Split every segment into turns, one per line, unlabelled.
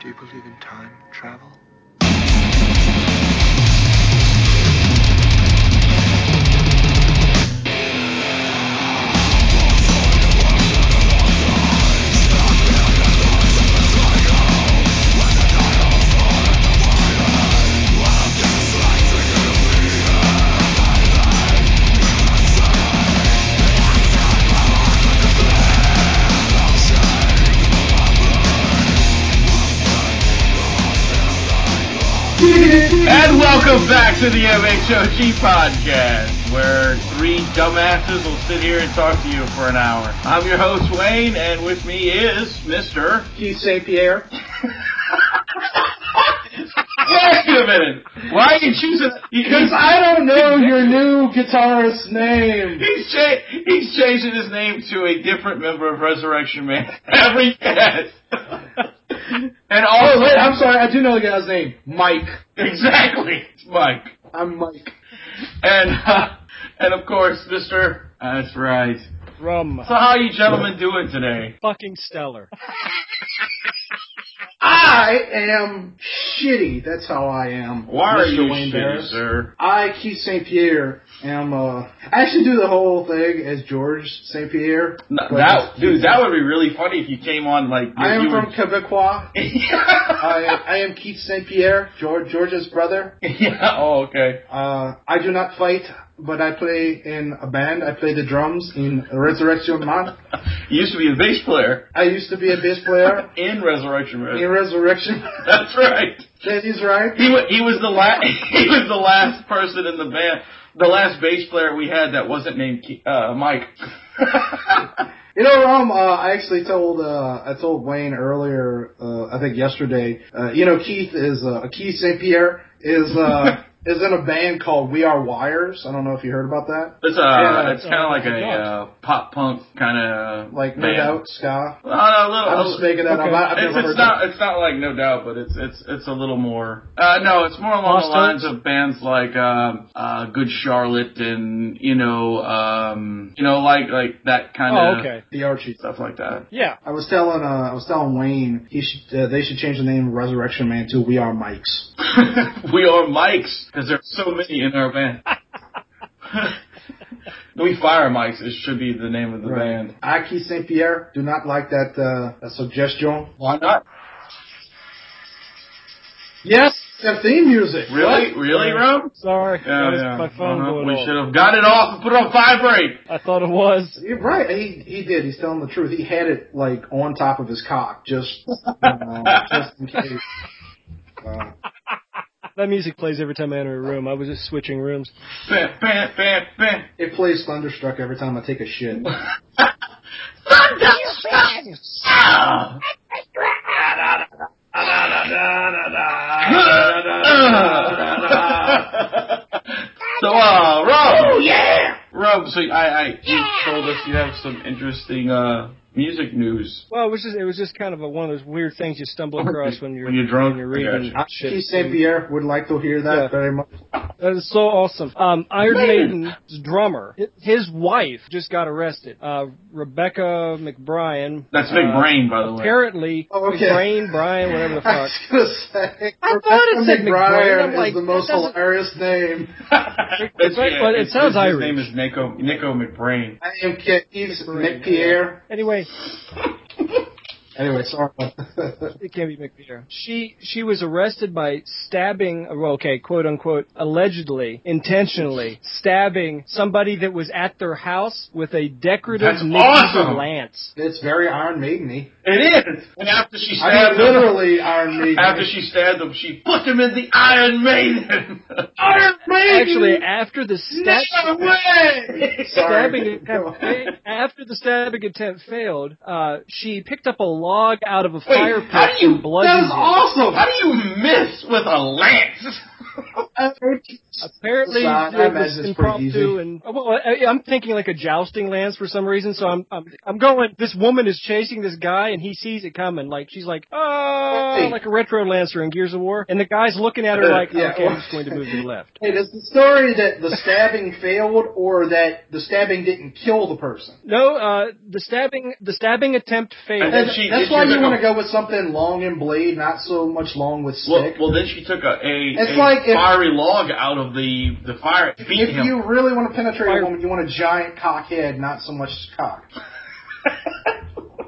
Do you believe in time travel?
And welcome back to the MHOG podcast, where three dumbasses will sit here and talk to you for an hour. I'm your host Wayne, and with me is Mr.
you say, Pierre?
Wait a minute! Why are you choosing?
Because I don't know your new guitarist's name.
He's, cha- he's changing his name to a different member of Resurrection Man every guest. and
Oh,
all
wait, I'm sorry. I do know the guy's name. Mike.
exactly, it's Mike.
I'm Mike.
And uh, and of course, Mr. That's right.
Rum.
So how you gentlemen doing today?
Fucking stellar.
I am shitty. That's how I am.
Why are
Mr.
you
Wayne
shitty,
Barris.
sir?
I, Keith St. Pierre, am, uh, I actually do the whole thing as George St. Pierre.
No,
but
that
just-
dude, that would be really funny if you came on like you,
I am
you
from
Were,
Quebecois.
yeah.
I, I am Keith St. Pierre, George, George's brother.
yeah. Oh, okay.
Uh, I do not fight, but I play in a band. I play the drums in Resurrection Man.
You used to be a bass player
I used to be a bass player
in Resurrection Man.
in Resurrection.
That's right.
that is right.
He was he was the last he was the last person in the band, the last bass player we had that wasn't named Ke- uh, Mike.
You know, Rom, uh, I actually told uh, I told Wayne earlier, uh, I think yesterday. Uh, you know, Keith is uh, Keith St. Pierre is uh, is in a band called We Are Wires. I don't know if you heard about that.
It's uh,
Yeah,
it's kind of
uh,
like a
God.
uh, pop punk kind of
Like No Doubt Ska.
Uh, a
I'm
little.
just making that
Okay.
up. I, I've
it's,
never
it's
heard. that.
not it's not like no doubt, but it's it's it's a little more. Uh, no, it's more along the
Lost
lines
Arts?
of bands like um, uh, Good Charlotte and you know um, you know like like that kind of
Oh, okay.
The Archie.
stuff like that.
Yeah.
I was telling uh, I was telling Wayne he should uh, they should change the name of Resurrection Man to We Are Mikes.
we are mics because there's so many in our band. we fire mics. It should be the name of the band.
I Keith St. Pierre do not like that uh, that suggestion.
Why not?
Yes, the theme music.
Really, really, Rome?
Sorry.
Yeah,
that was
yeah.
my phone
Uh-huh.
going
We
off.
should have got it off and put it on vibrate.
I thought it was.
You're right. He he did. He's telling the truth. He had it like on top of his cock, just uh, just in case. Uh,
That music plays every time I enter a room. I was just switching rooms.
Bam, bam, bam, bam.
it plays thunderstruck every time I take a shit.
Ah. so, uh, Rob. Oh, yeah! Rob, so I, I you told us you have some interesting, uh, music news.
Well, it was just it was just kind of a, one of those weird things you stumble across when you're
When you're drunk,
when you're
I
reading
gotcha.
shit.
Keith St. Pierre would like to hear that
Yeah.
very much.
That is so awesome. Um, Iron
Man.
Maiden's drummer, hi- his wife just got arrested. Uh, Rebecca McBrien.
That's
uh,
Big Brain, by the way.
Apparently,
Oh, okay.
McBrain, Brian, whatever the
I
fuck.
was gonna say.
I
Rebecca
thought it said McBride. I'm
is
like,
the most
that doesn't-
hilarious name.
It's-
But- but it
it's-
sounds
his
Irish.
name is Nico, Nico McBrain.
I am Keith Nick Pierre.
Anyway,
Anyway, sorry. about that.
It can't be McPeter. She she was arrested by stabbing, well, okay, quote unquote, allegedly, intentionally stabbing somebody that was at their house with a decorative
That's
medieval
awesome.
lance.
it's very Iron Maideny.
It is! And after she
I
stabbed
mean,
him,
literally Iron Maiden.
after she stabbed him, she put him in the Iron Maiden! Iron
Actually, after the stab,
way!
stabbing
Sorry.
attempt fa- after the stabbing attempt failed, uh, she picked up a log out of a
Wait,
fire
how
pit
do you?
and blooded
That's
it.
awesome. How do you miss with a lance?
Apparently,
So I- I
it
imagine
was
it's pretty
impromptu,
easy.
and uh, well, I, I'm thinking like a jousting lance for some reason. So I'm, I'm, I'm going. This woman is chasing this guy, and he sees it coming. Like she's like, oh,
Hey. Uh,
like a retro lancer in Gears of War, and the guy's looking at her like,
Yeah,
okay,
well-
I'm just going to move to the left.
Hey, does the story that the stabbing failed or that the stabbing didn't kill the person?
No, uh, the stabbing, the stabbing attempt
And
failed.
then
That's,
she-
that's
she
why
was
you
like,
want
oh.
to go with something long and blade, not so much long with
Well,
stick.
well, then she took a, a,
It's
a
like if-
fiery log out of the, the fire and beat
if
him.
you really want to penetrate
Fire-
a woman, you want a giant cock head, not so much cock.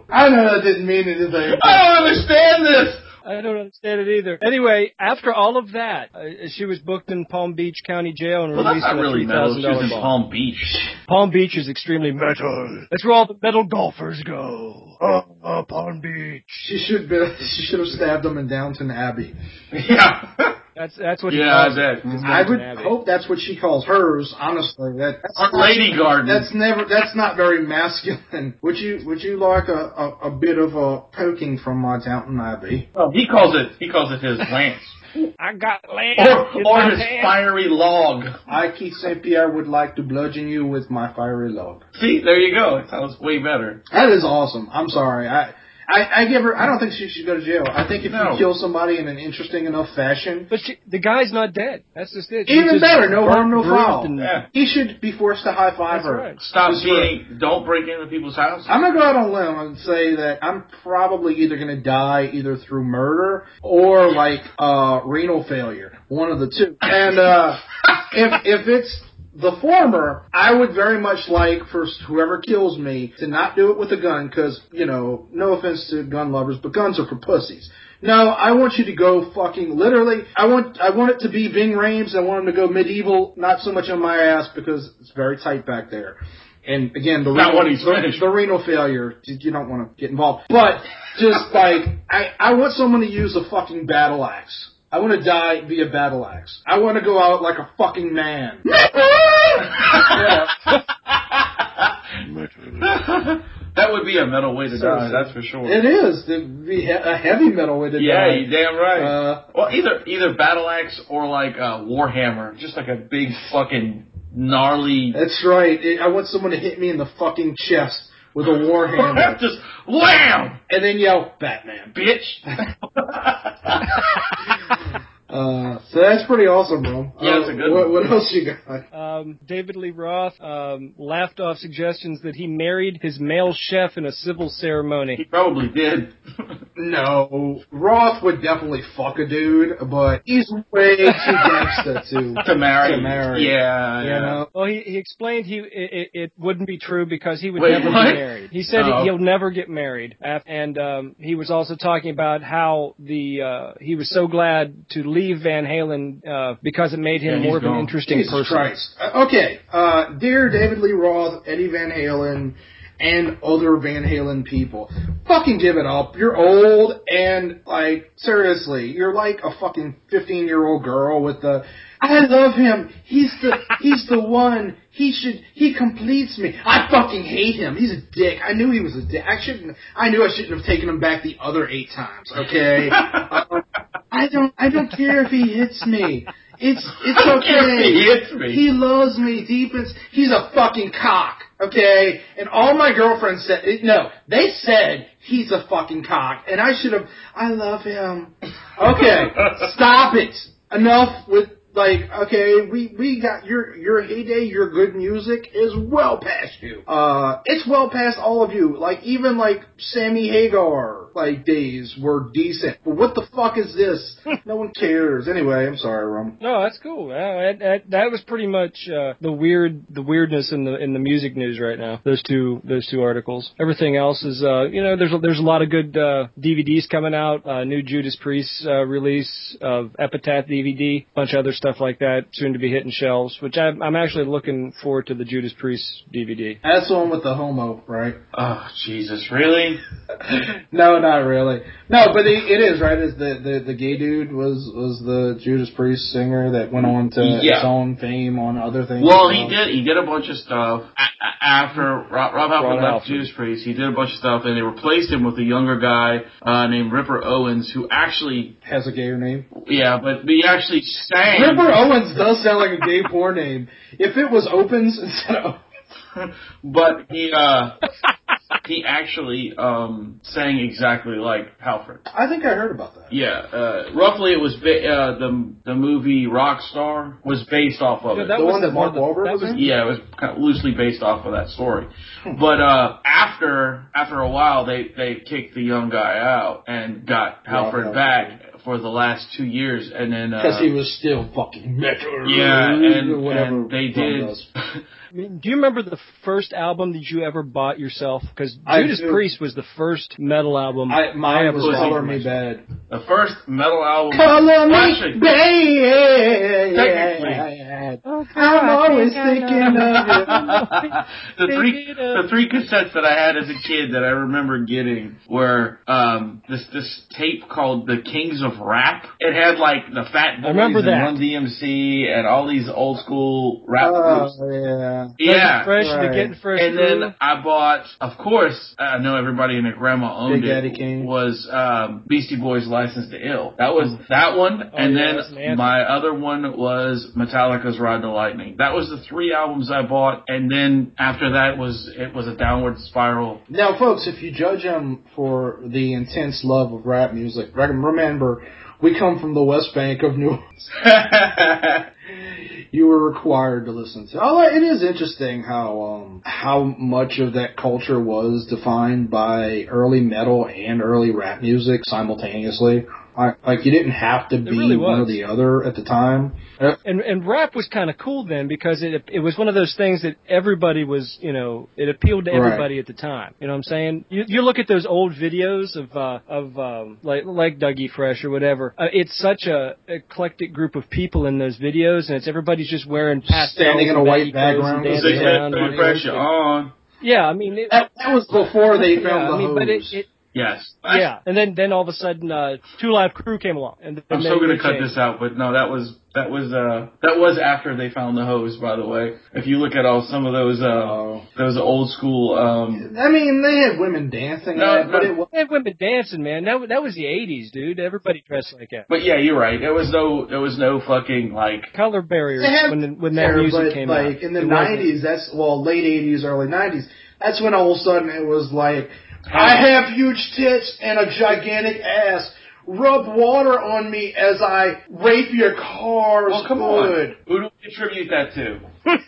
I know that didn't mean anything.
I don't understand this!
I don't understand it either. Anyway, after all of that, uh, she was booked in Palm Beach County Jail and
Well, that's
released
not
on a
really
three
metal.
thousand
She was
dollar
in
bond.
Palm Beach.
Palm Beach is extremely metal. That's where all the metal golfers go. Oh, oh Palm Beach.
She should be. She should have stabbed him in Downton Abbey.
Yeah.
That's that's what. he
yeah,
calls it.
that.
I would
Abbey.
hope that's what she calls hers. Honestly, that, that's
Our Lady Garden.
That's never. That's not very masculine. Would you? Would you like a, a, a bit of a poking from my Downton Abbey?
he calls it. He calls it his lance,
I got land. in
or,
my
or his
hand.
fiery log.
I, Keith St. Pierre, would like to bludgeon you with my fiery log.
See, there you go. It sounds way better.
That is awesome. I'm sorry. I. I, I give her. I don't think she should go to jail. I think if
No.
you kill somebody in an interesting enough fashion,
But she, the guy's not dead. That's just it. She's
Even
just
better, no
burnt,
harm, no
bruised,
foul.
and-
Yeah.
he should be forced to high five
That's
her.
right.
Stop
That's
beating. Don't break into people's houses.
I'm gonna go out on a limb and say that I'm probably either gonna die either through murder or like uh renal failure, one of the two. And uh if if it's the former, I would very much like for whoever kills me to not do it with a gun, because you know, no offense to gun lovers, but guns are for pussies. No, I want you to go fucking literally. I want I want it to be Bing Rames. I want him to go medieval, not so much on my ass because it's very tight back there. And again, the
Not
renal,
what he's finished.
the, the renal failure, you you don't want to get involved. But just like I, I want someone to use a fucking battle axe. I want to die via battle axe. I want to go out like a fucking man.
that would be a metal way to die.
Seriously.
That's for sure.
It is the, the a heavy metal way to
Yeah,
die.
you damn right.
Uh,
well, either either battle axe or like a warhammer, just like a big fucking gnarly.
That's right. It, I want someone to hit me in the fucking chest with a war hammer
just wham,
and then yell Batman.
bitch.
Uh, so that's pretty awesome, bro.
Yeah,
uh,
that's a good
what,
one.
what else you got?
Um, David Lee Roth um, laughed off suggestions that he married his male chef in a civil ceremony.
he probably did.
No, Roth would definitely fuck a dude, but he's way too gangsta to
to marry.
To marry.
Yeah,
You
yeah.
know,
Well, he, he explained he it, it wouldn't be true because he would
Wait,
never
what?
be married. He said
Oh.
he'll never get married, Af- and um, he was also talking about how the uh, he was so glad to leave Van Halen uh, because it made
Yeah,
him
he's
more of an
gone.
interesting
Jesus
person.
Christ. Uh, okay, uh, dear David Lee Roth, Eddie Van Halen, and other Van Halen people, fucking give it up. You're old, and like seriously, you're like a fucking 15 year old girl with the. I love him. He's the he's the one. He should he completes me. I fucking hate him. He's a dick. I knew he was a dick. I shouldn't. I knew I shouldn't have taken him back the other eight times. Okay. Um, I don't I don't care if he hits me. It's it's
I don't
okay.
care if he hits me.
He loves me deep ins he's a fucking cock, okay? And all my girlfriends said no, they said he's a fucking cock and I should have I love him. Okay. Stop it. Enough with like okay, we we got your your heyday, your good music is well past you. Uh, it's well past all of you. Like even like Sammy Hagar like days were decent. But what the fuck is this? no one cares. Anyway, I'm sorry, Rum.
No, that's cool. Yeah, that, that, that was pretty much uh, the weird, the weirdness in the in the music news right now. Those two, those two articles. Everything else is, uh, you know, there's a, there's a lot of good uh, DVDs coming out. Uh, new Judas Priest uh, release of Epitaph DVD, bunch of other stuff like that, soon to be hitting shelves. Which I'm, I'm actually looking forward to the Judas Priest DVD.
That's the one with the homo, right?
oh Jesus, really?
No, no, not really. No, but it, it is right. Is the, the the gay dude was was the Judas Priest singer that went on to
Yeah.
his own fame on other things.
Well, he
Um,
did. He did a bunch of stuff a- a- after
Mm-hmm.
Rob, Rob Halford
Ron
left
Halford.
Judas Priest. He did a bunch of stuff, and they replaced him with a younger guy uh, named Ripper Owens, who actually,
Has a gayer name.
yeah, but but he actually sang.
Ripper Owens does sound like a gay porn name. If it was Opens instead of
but he uh, he actually um, sang exactly like Halford.
I think I heard about that.
Yeah, uh, roughly it was ba- uh, the the movie Rockstar was based off of
Yeah,
it.
that
The
was
one that Mark
the-
Wahlberg
that
was in?
Yeah, it was kind of loosely based off of that story. But uh, after after a while, they they kicked the young guy out and got
Halford.
Halford back for the last two years, and then
Because
uh,
he was still fucking metal.
yeah,
or
and,
whatever
and they
Ron
did.
does.
I mean, do you remember the first album that you ever bought yourself? Because
I
Judas
do.
Priest was the first metal album.
I, mine
ever
was
Pussy.
Color Me Bad.
the first metal album.
Color
Well, actually,
Me Bad.
Technically.
I'm always thinking of you.
the three the three cassettes that I had as a kid that I remember getting were um this this tape called The Kings of Rap. It had like the Fat Boys
remember
and
that.
Run DMC and all these old school rap groups.
Oh, yeah.
Getting
Yeah.
fresh,
right.
the getting fresh.
And
Groove.
then I bought, of course, uh, I know everybody and their grandma owned
Big
it.
Daddy Kane.
Was um, Beastie Boys' "License to Ill"? That was that one, and
yeah, that's
then
an anthem.
my other one was Metallica's "Ride the Lightning." That was the three albums I bought, and then after that was it was a downward spiral.
Now, folks, if you judge him for the intense love of rap music, rec- remember, we come from the West Bank of New Orleans. you were required to listen to. Although it is interesting how um, how much of that culture was defined by early metal and early rap music simultaneously. I, like you didn't have to be
really
one or
was.
the other at the time.
and and rap was kind of cool then because it it was one of those things that everybody was you know it appealed to
Right.
everybody at the time. You know what I'm saying? You you look at those old videos of uh, of um, like like Dougie Fresh or whatever. Uh, it's such a eclectic group of people in those videos, and it's everybody's just wearing pastels
Standing in
and
a white
baggy clothes
background.
and
Yeah,
They
dancing
they
had
around.
to
and
press you on.
Yeah, I mean. It,
That, that was before they found
yeah,
the
I mean, but it,
hose.
it
Yes.
yeah, and then then all of a sudden, uh, Two Live Crew came along, and
I'm
they-
still gonna
they
cut
changed.
this out, but no, that was that was uh that was after they found the hose. By the way, if you look at all some of those uh
Oh.
those old school um
I mean, they had women dancing,
No,
and that, but
no.
it was
They had women dancing, man. That wa- that was the '80s, dude. Everybody dressed like that.
But yeah, you're right. There was no, there was no fucking like.
color barriers
They had
when the, when that
there,
music
but
came
like
out.
in the
It wasn't-
nineties, that's well, late eighties, early nineties. That's when all of a sudden it was like, I have huge tits and a gigantic ass. Rub water on me as I rape your car's
Oh,
Well, come
hood.
on. Who do we attribute that to?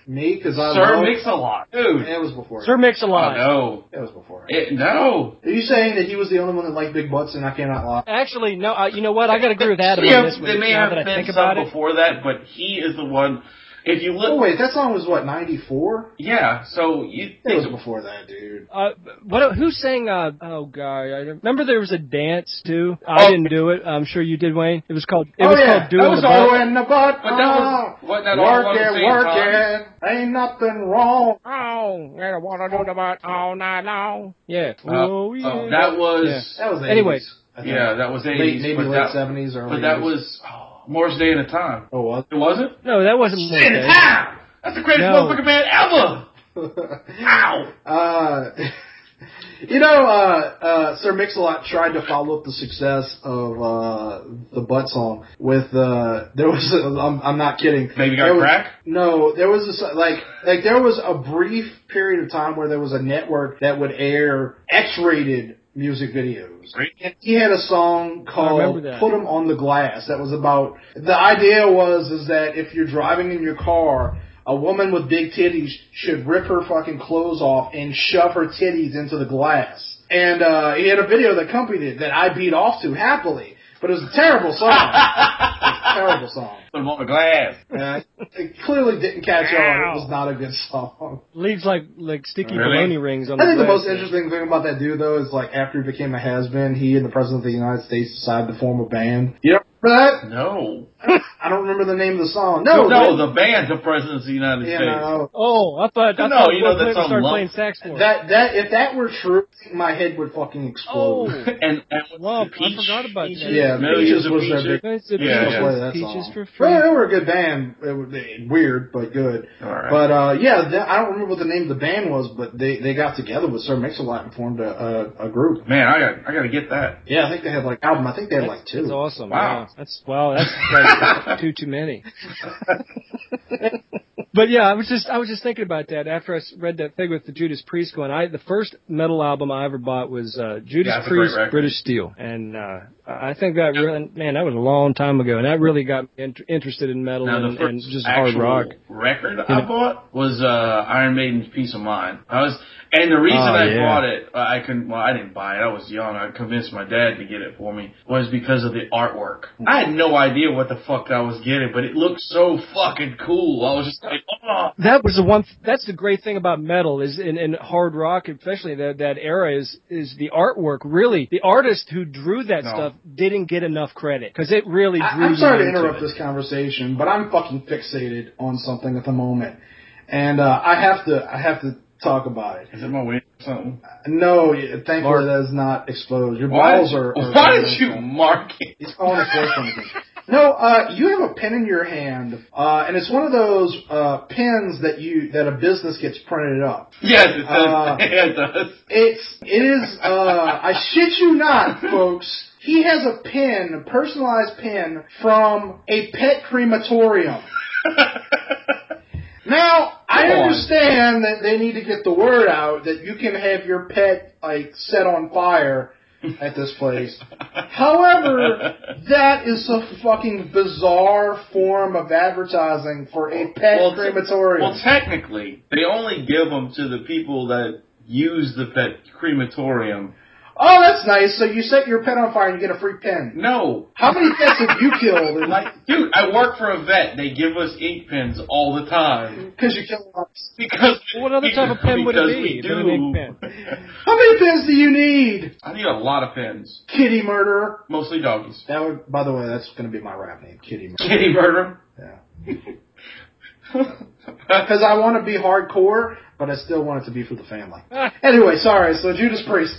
Me, because I
Sir
love-
Mix a Lot, dude.
It was before.
Sir Mix a
Oh,
lot.
no,
It was before.
it, no.
Are you saying that he was the only one that liked big butts, and I cannot lie?
Actually, no. I, you know what? I got to agree with Adam
They may
on
have-
this one.
there may
now
have
that I
been
think
some
about it,
before that, but he is the one. If you
Oh
look,
wait, that song was what ninety four?
yeah. So you
It was
think
before that, dude.
uh, what? Who sang? Uh, oh God! I don't- remember there was a dance too. I
Oh.
didn't do it. I'm sure you did, Wayne. It was called. It
oh
was
yeah,
called
that
doing
was
the
all
Butt.
in the butt. Ah.
But that was- wasn't that all
work
along the
it,
same
work
time?
it. Ain't nothing wrong.
Oh, I wanna do the butt all night long. Yeah.
uh,
oh
uh,
yeah.
that was
That was the
Anyway.
80s, I think.
yeah, that was
late,
eighties,
maybe
but
late
that,
70s, early.
but that
80s.
was oh, Morris Day at a time.
Oh, was
It wasn't.
no, that wasn't. Morris Day.
Ah, that's the greatest
No.
motherfucking band ever. Ow.
uh, you know, uh, uh, Sir Mix-a-Lot tried to follow up the success of uh, the Butt song with uh, there was a, I'm, I'm not kidding.
Baby
There
got
was-
crack.
No, there was this, like like there was a brief period of time where there was a network that would air X-rated music videos.
Great.
And he had a song called
remember that.
"Put 'Em on the Glass." That was about the idea was is that if you're driving in your car, a woman with big titties should rip her fucking clothes off and shove her titties into the glass. And uh, he had a video that accompanied it that I beat off to happily, but it was a terrible song. It was a terrible song.
Put him on the glass.
Yeah, it clearly didn't catch on.
Ow.
It was not a good song.
Leaves like like sticky
Really?
baloney rings on
I think the
glass.
most interesting thing about that dude though is like after he became a has been, he and the president of the United States decided to form a band. You know that?
No.
I don't remember the name of the song. No,
no,
that-
the band's the president of the United
you
States.
know,
Oh, I thought I
No,
thought
you know,
Will
that's
Clinton
some
started
lump-
playing sax for. us.
that that if that were true, my head would fucking explode.
Oh.
and, and
Lump, I forgot about
Peaches,
that.
Yeah,
millions
Peaches
of
was their
Peaches.
It's
Yeah,
peaches,
yeah.
Play that
peaches
song.
for free.
Well, they were a good band. It was, they- weird, but good.
All right.
But uh, yeah, that, I don't remember what the name of the band was, but they, they got together with Sir Mix-a-Lot and formed a, a, a group.
Man, I got I got to get that.
Yeah, I think they had like album. I think they had like
That's, that's
two.
awesome.
Wow.
Wow. That's wow. That's like too too many. but yeah, I was just I was just thinking about that after I s- read that thing with the Judas Priest going. I the first metal album I ever bought was uh, Judas
Yeah, it's a great
Priest
record.
British Steel, and uh, I think that really man that was a long time ago, and that really got me int- interested in metal
Now the
and,
first
and just hard
actual
rock.
record
You
I
know.
bought was uh, Iron Maiden's Peace of Mind. I was, and the reason
Oh,
I
yeah.
bought it, uh, I couldn't. Well, I didn't buy it. I was young. I convinced my dad to get it for me. Was because of the artwork. I had no idea what the fuck I was getting, but it looked so fucking cool. I was just like, oh.
That was the one. That's the great thing about metal is in, in hard rock, especially that that era is is the artwork. Really, the artist who drew that
No.
stuff didn't get enough credit because it really drew.
I, I'm sorry to
you into
interrupt
it.
this conversation, but I'm fucking fixated on something at the moment, and uh, I have to I have to talk about it.
Is it my win or something?
No, y- thankfully
Mark.
that is not exposed. Your
Why,
balls are. are
why did you mark it?
It's all an expression. I think. No, uh, you have a pen in your hand, uh, and it's one of those uh, pens that you that a business gets printed up.
Yes, it does.
Uh,
it does.
It's it is. Uh, I shit you not, folks. He has a pen, a personalized pen from a pet crematorium. Now, I
Come on.
understand that they need to get the word out that you can have your pet like set on fire at this place. However, that is a fucking bizarre form of advertising for a pet
Well,
crematorium.
Well, technically, they only give them to the people that use the pet crematorium.
oh, that's nice. So you set your pet on fire and you get a free pen.
No,
How many pets have you killed?
like, dude, I work for a vet. They give us ink pens all the time
Because you killed lots.
because
Well, what other type of pen would it
because
be
We do.
than an ink
How many pens do you need?
I need a lot of pens,
Kitty murderer.
mostly doggies.
That would, by the way, that's going to be my rap name, Kitty murderer.
Kitty murder.
Yeah.
Yeah.
Because I want to be hardcore, but I still want it to be for the family. Anyway, sorry. So Judas Priest.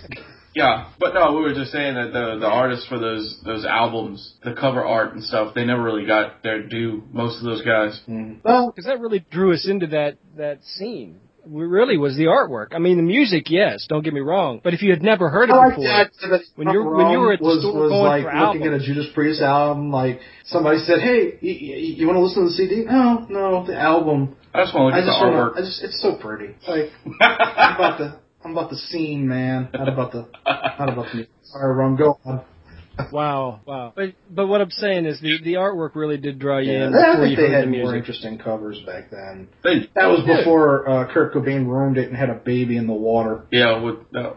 Yeah, but no, we were just saying that the the artists for those those albums, the cover art and stuff, they never really got their due. Most of those guys.
Well,
because that really drew us into that that scene. We really was the artwork. I mean, the music, yes, don't get me wrong. But if you had never heard
I
it
like
before,
the idea that
When you were- when you were at the
was,
store
was
going
like
for
looking
albums.
at a Judas Priest album. Like somebody said, "Hey, you, you want to listen to the CD? No, no, the album.
I just want
I
to look at the
just want.
artwork.
I just. It's so pretty. Like I'm about the. I'm about the scene, man. Not about the. Not about the. Sorry, wrong. Go on.
wow, wow. But but what I'm saying is the the artwork really did draw you in
I
before you
think they
heard the
had more
music.
interesting covers back then.
They-
That was
Yeah.
before uh, Kurt Cobain ruined it and had a baby in the water.
yeah, with no.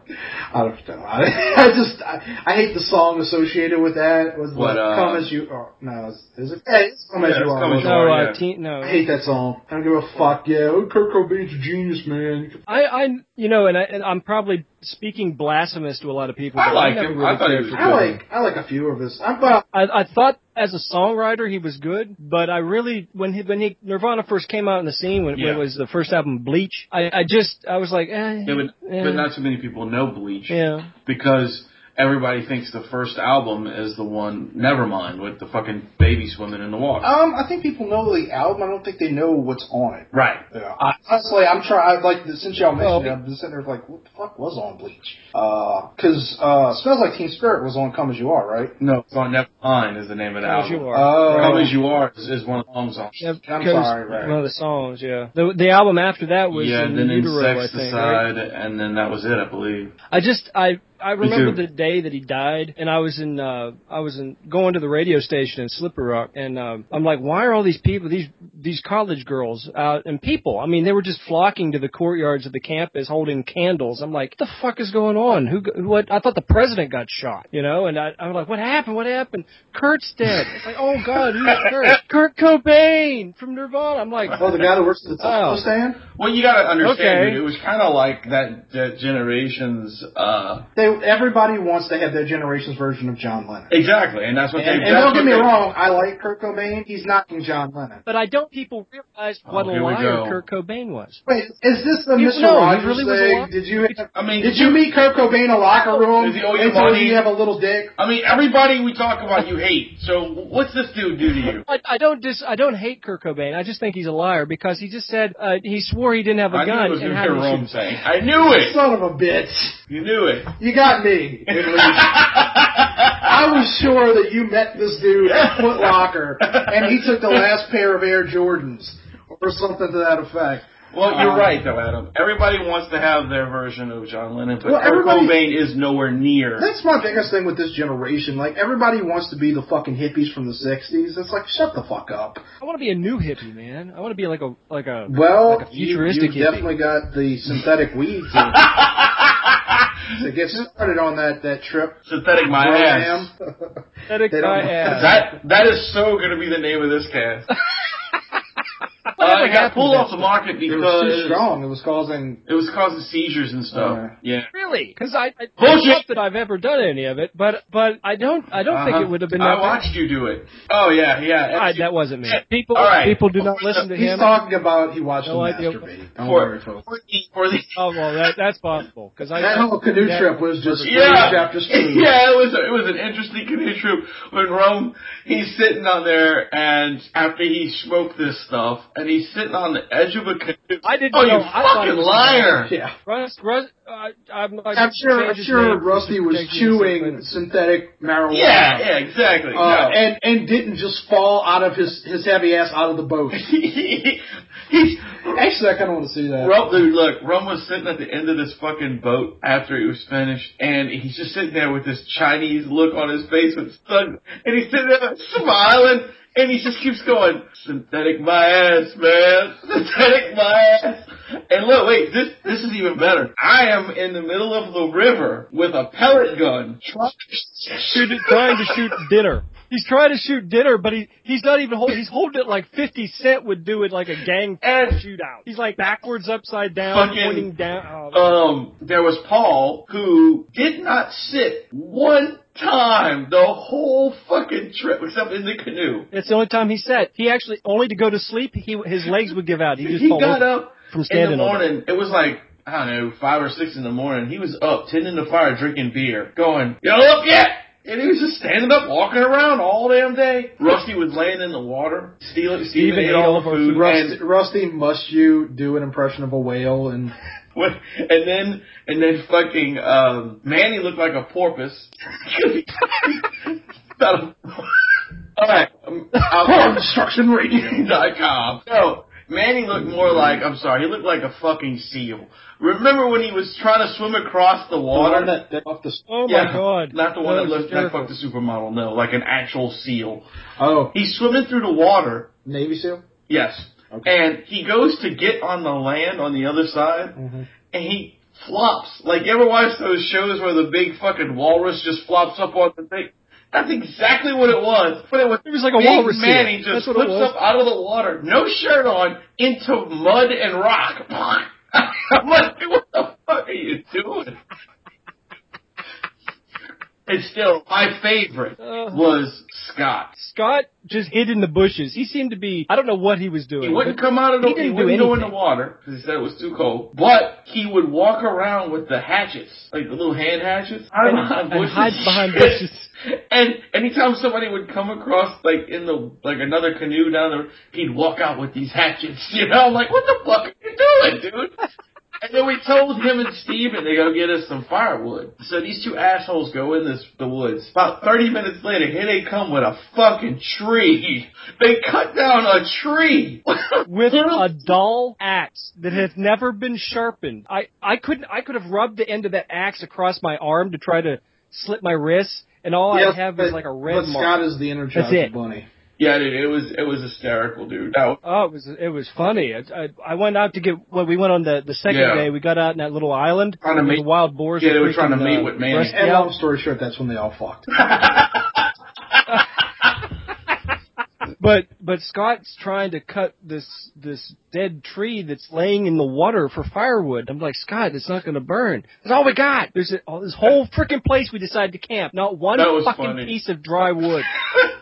I don't know. I, I just I, I hate the song associated with that. Was
What,
the
uh,
come as you are? No, is, is it? Yeah, it's come as
Yeah,
you
it's
are.
Come As
wasn't
You
No,
Oh, yeah.
uh, teen, no,
it? I hate that song. I don't give a fuck. Yeah, oh, Kurt Cobain's a genius, man.
I, I, you know, and, I, and I'm probably speaking blasphemous to a lot of people.
I
but
like
never
him.
Really
I thought he
cared
was
for
I
good.
Cobain.
like I like a few of his. I'm uh, about
I, I thought as a songwriter he was good, but I really when he when he Nirvana first came out in the scene when,
Yeah.
when it was the first album Bleach, I, I just I was like, eh,
Yeah, but,
eh,
but not too many people know Bleach
yeah.
because everybody thinks the first album is the one Nevermind with the fucking baby swimming in the water.
um. I think people know the album. I don't think they know what's on it.
right.
Yeah. I, honestly, I'm trying. Like since y'all mentioned it,
Well,
I'm just sitting there like, what the fuck was on Bleach? Uh, because uh, Smells Like Teen Spirit was on Come as You Are, right?
No, it's on Nevermind is the name of the
Come as
album.
you are.
Come
Oh,
as you are is, is one of the songs on.
Yeah,
I'm
because
sorry, right.
One of the songs, yeah. The, the album after that was
yeah,
in
then
Utero, I
Insecticide,
think. right?
and then that was it, I believe.
I just I I
Me
remember
too.
the day that he died, and I was in uh I was in going to the radio station in Slippery Rock, and um, I'm like, why are all these people these these college girls out and people? I mean, they were just flocking to the courtyards of the campus holding candles. I'm like, what the fuck is going on? Who go- what? I thought the president got shot, you know, and I I'm like, what happened? What happened? Kurt's dead. It's like, oh god, who's Kurt? Kurt Cobain from Nirvana. I'm like,
oh, the guy that works at the
Oh.
taco stand.
Well, you gotta understand,
Okay.
dude, it was kind of like that, that generation's uh,
They they everybody wants to have their generation's version of John Lennon.
Exactly, and that's what
And, and
they. that's
don't get
what
me
they-
wrong, I like Kurt Cobain. He's not John Lennon.
But I don't people realize
Oh,
what a
here we
liar
go.
Kurt Cobain was.
Wait, is this the
You-
Mr.
no, he
Rogers
really was a
thing?
lot-
Did you have,
I mean,
did you meet Kurt Cobain in a locker room?
Does he owe you
They told
money?
you have a little dick.
I mean, everybody we talk about you hate. So what's this dude do to you?
I, I don't dis I don't hate Kurt Cobain. I just think he's a liar because he just said uh, he swore he didn't have a
I knew it
gun
was
and
going to
how
be a
he
Rome
should-
thing. I knew it.
Son of a bitch!
You knew it.
You got me. at least. I was sure that you met this dude at Foot Locker and he took the last pair of Air Jordans or something to that effect.
Well, you're
Um,
right though, Adam. Everybody wants to have their version of John Lennon, but
Well,
Kurt
everybody-
Cobain is nowhere near.
That's my biggest thing with this generation. Like everybody wants to be the fucking hippies from the '60s. It's like shut the fuck up.
I want to be a new hippie, man. I want to be like a like a
Well,
Like a
you-
futuristic
you,
hippie.
definitely got the synthetic weed to, to get started on that that trip.
Synthetic my
Where I
ass.
am.
aesthetic
They don't-
my ass.
That that is so going to be the name of this cast. uh,
Whatever
it got
happened
pulled
to
off
that
the market
it was too
because
strong. It was causing.
it was causing seizures and stuff.
Alright.
Yeah.
Really? Because I, I
Bullshit.
not that I've ever done any of it, but but I don't I don't think
Uh-huh.
it would have been.
I
that bad.
watched you do it. Oh yeah, yeah.
I, that wasn't me.
Yeah.
People
All right.
people do not listen to
He's
him.
talking about he watched
No
him
idea.
masturbate. Don't
for,
worry,
for,
folks.
the for the
Oh well, that that's possible because I
That whole canoe
that-
trip was just
yeah
chapter two.
yeah it was a, it was an interesting canoe trip when Rome he's sitting on there and after he smoked this stuff and he's sitting on the edge of a canoe.
I didn't
oh
know.
you
I thought it
fucking
was-
liar!
Yeah.
Russ, Russ, I, I'm, I
I'm sure. I'm
changed his
sure
name to
Rusty was
protect you and
chewing
stuff,
synthetic marijuana.
Yeah, yeah, exactly.
Uh,
no.
and and didn't just fall out of his his heavy ass out of the boat.
he's
Actually, I kind of want to see that.
Rome, dude, look, Rome was sitting at the end of this fucking boat after it was finished, and he's just sitting there with this Chinese look on his face with sun, and he's sitting there smiling, and he just keeps going, synthetic my ass, man, synthetic my ass. And look, wait, this, this is even better. I am in the middle of the river with a pellet gun.
but- Shoot- trying to shoot dinner. He's trying to shoot dinner, but he he's not even holding. He's holding it like Fifty Cent would do it, like a gang
And
shootout. He's like backwards, upside down,
Fucking-
pointing down. Oh,
um, there was Paul who did not sit one time the whole fucking trip, except in the canoe.
it's the only time he sat. He actually only to go to sleep. He his legs would give out. He just
He
fall
got
over
up
from
in the
standing on it.
morning. It was like I don't know five or six in the morning. He was up tending the fire, drinking beer, going, "Y'all up yet?" And he was just standing up, walking around all damn day. Rusty was laying in the water, stealing, Steven ate all the food,
Rusty,
and
Rusty, must you do an impression of a whale? And
What- and then and then fucking um, Manny looked like a porpoise. About a- All right, um, I'll-
Instruction Radio.
dot com. No, Manning looked more like I'm sorry, he looked like a fucking seal. Remember when he was trying to swim across the
The
water?
one that, that off the,
Oh my
Yeah,
god!
Not the one that
was
looks like
hysterical.
fuck the supermodel, no, like an actual seal.
oh
He's swimming through the water,
Navy SEAL.
yes.
Okay.
And he goes to get on the land on the other side
Mm-hmm.
and he flops. Like you ever watch those shows where the big fucking walrus just flops up on the thing? That's exactly what it was. But it was
It was like a
Big
walrus. seal.
Manny just
That's what it
flips
was.
up out of the water, no shirt on, into mud and rock. I'm like, what the fuck are you doing? and still, my favorite was Scott.
Uh, Scott just hid in the bushes. He seemed to be. I don't know what he was doing.
He wouldn't come out of the.
He didn't do
wouldn't go in the
anything.
water because he said it was too cold. But he would walk around with the hatchets, like the little hand hatchets,
And-
hide behind
and
bushes.
hide behind bushes.
and anytime somebody would come across, like in the like another canoe down there, he'd walk out with these hatchets. You know, I'm like, what the fuck are you doing, dude? And then we told him and Steven to go get us some firewood. So these two assholes go in this the woods. About 30 minutes later, here they come with a fucking tree. They cut down a tree.
with a dull axe that has never been sharpened. I, I couldn't I could have rubbed the end of that axe across my arm to try to slit my wrist, and all I have is
but-
like a
but
red
Scott
mark.
is the Energizer
it.
Bunny.
yeah, dude, it was it was hysterical, dude. That was,
Oh, it was it was funny. I, I, I went out to get well, we went on the the second
Yeah.
day. We got out in that little island.
Trying to
where the
mate-
wild boars.
yeah, they
were
were trying to
freaking,
mate
uh,
with Manny.
rusty
And
out.
long story short, that's when they all fucked.
But But but Scott's trying to cut this this dead tree that's laying in the water for firewood. I'm like, Scott, it's not going to burn. That's all we got. There's a, all this whole freaking place we decided to camp. Not one
That was
fucking
funny.
piece of dry wood.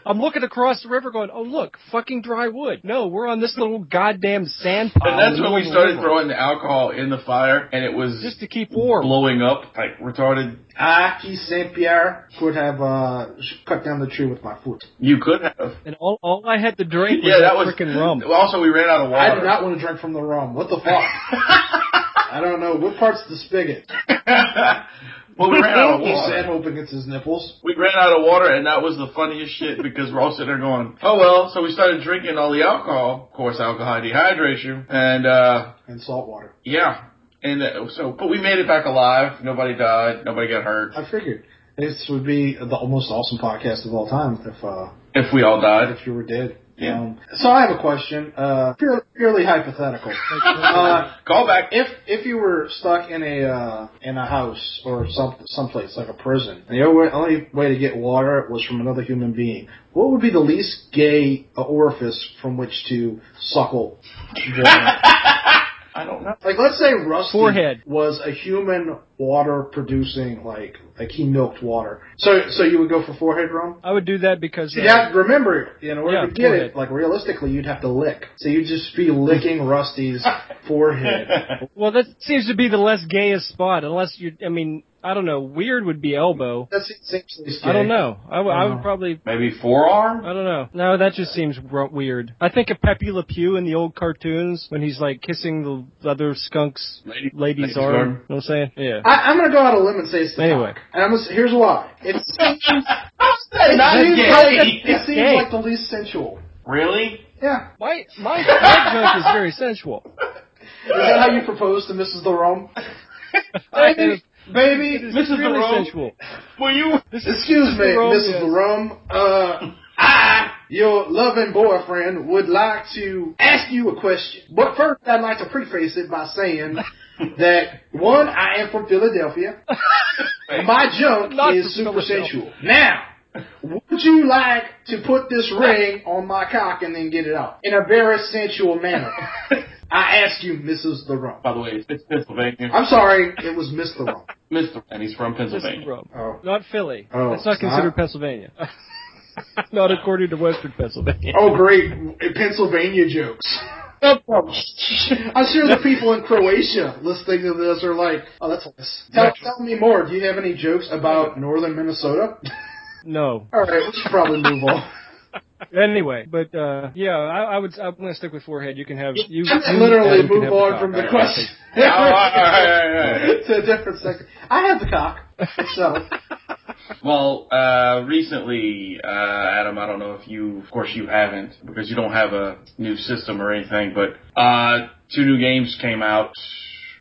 I'm looking across the river, going, oh look, fucking dry wood. No, we're on this little goddamn sand pile.
And that's
in the
when we
middle of
started
the river.
throwing the alcohol in the fire, and it was
just to keep warm.
blowing up like retarded.
I, Keith St. Pierre, could have uh, sh- cut down the tree with my foot.
You could have.
And all, all I had to drink was
yeah,
that,
that was
freaking rum.
Also, we ran out of water.
I do not want to drink from the rum. What the fuck? I don't know. What part's the spigot?
well, we ran out of
Keith
water.
Sam up against his nipples.
we ran out of water, and that was the funniest shit because we're all sitting there going, "Oh well." So we started drinking all the alcohol. Of course, alcohol dehydrates you, and uh,
And salt water.
yeah, and uh, so but we made it back alive. Nobody died. Nobody got hurt.
I figured this would be the most awesome podcast of all time if uh,
If we all died,
if you were dead.
Yeah.
Um, so I have a question, uh, pure, purely hypothetical. Uh,
call back.
if if you were stuck in a uh, in a house or some someplace like a prison, and the only way, only way to get water was from another human being, what would be the least gay orifice from which to suckle water?
I don't know.
Like let's say Rusty
Forehead.
was a human water producing like like he milked water. So so you would go for forehead rum?
I would do that because uh,
You'd have to remember in order
Yeah,
to get
forehead.
it, like realistically you'd have to lick. So you'd just be licking Rusty's forehead.
well, that seems to be the less gayest spot. Unless you, are I mean, I don't know. Weird would be elbow.
That seems- seems least
I don't
gay.
know. I, w-
I
I
don't
would
know.
probably.
Maybe forearm.
I don't know. No, that just seems r- weird. I think of Pepe Le Pew in the old cartoons when he's like kissing the other skunk's
Lady-
lady's
lady's
arm.
arm.
You know what I'm saying? Yeah.
I, I'm gonna go out on a limb and say it's the
Anyway.
cock. And I'm gonna, s- here's why. It's, it seems,
Not
like,
gay.
it
gay.
seems like the least sensual.
Really?
Yeah.
My my, my junk is very sensual.
Is that how you propose to Mrs. The Rome?
I, it
Baby,
Mrs.
is
the
extremely
Rome.
sensual.
Well, you.
excuse me,
The Rome,
Mrs.
yes.
The Rome. Uh, I, your loving boyfriend, would like to ask you a question. But first, I'd like to preface it by saying that one, I am from Philadelphia. My junk
Not
is
from
super
Philadelphia.
sensual. Now, would you like to put this ring on my cock and then get it out in a very sensual manner? I ask you, Mrs. The Rome.
By the way, it's Pennsylvania.
I'm sorry, it was Miss The Rome.
Mr. And he's from
Mrs.
Pennsylvania.
Rome.
Oh.
Not Philly.
Oh,
That's not
it's not?
considered Pennsylvania. not according to Western Pennsylvania.
Oh, great. Pennsylvania jokes. I'm sure the people in Croatia listening to this are like, oh, that's hilarious. Tell, tell me more. Do you have any jokes about northern Minnesota?
No.
All right, we should probably move on.
Anyway, but uh yeah, I, I would. I'm going to stick with forehead. You can have you, you
Literally
Adam can
move
have the
on
cock.
from
All
the
right,
question
Oh, all right, all right, all right.
to a different section. I have the cock, so
Well, uh, recently, uh, Adam, I don't know if you, of course you haven't, because you don't have a new system or anything, but, uh, two new games came out.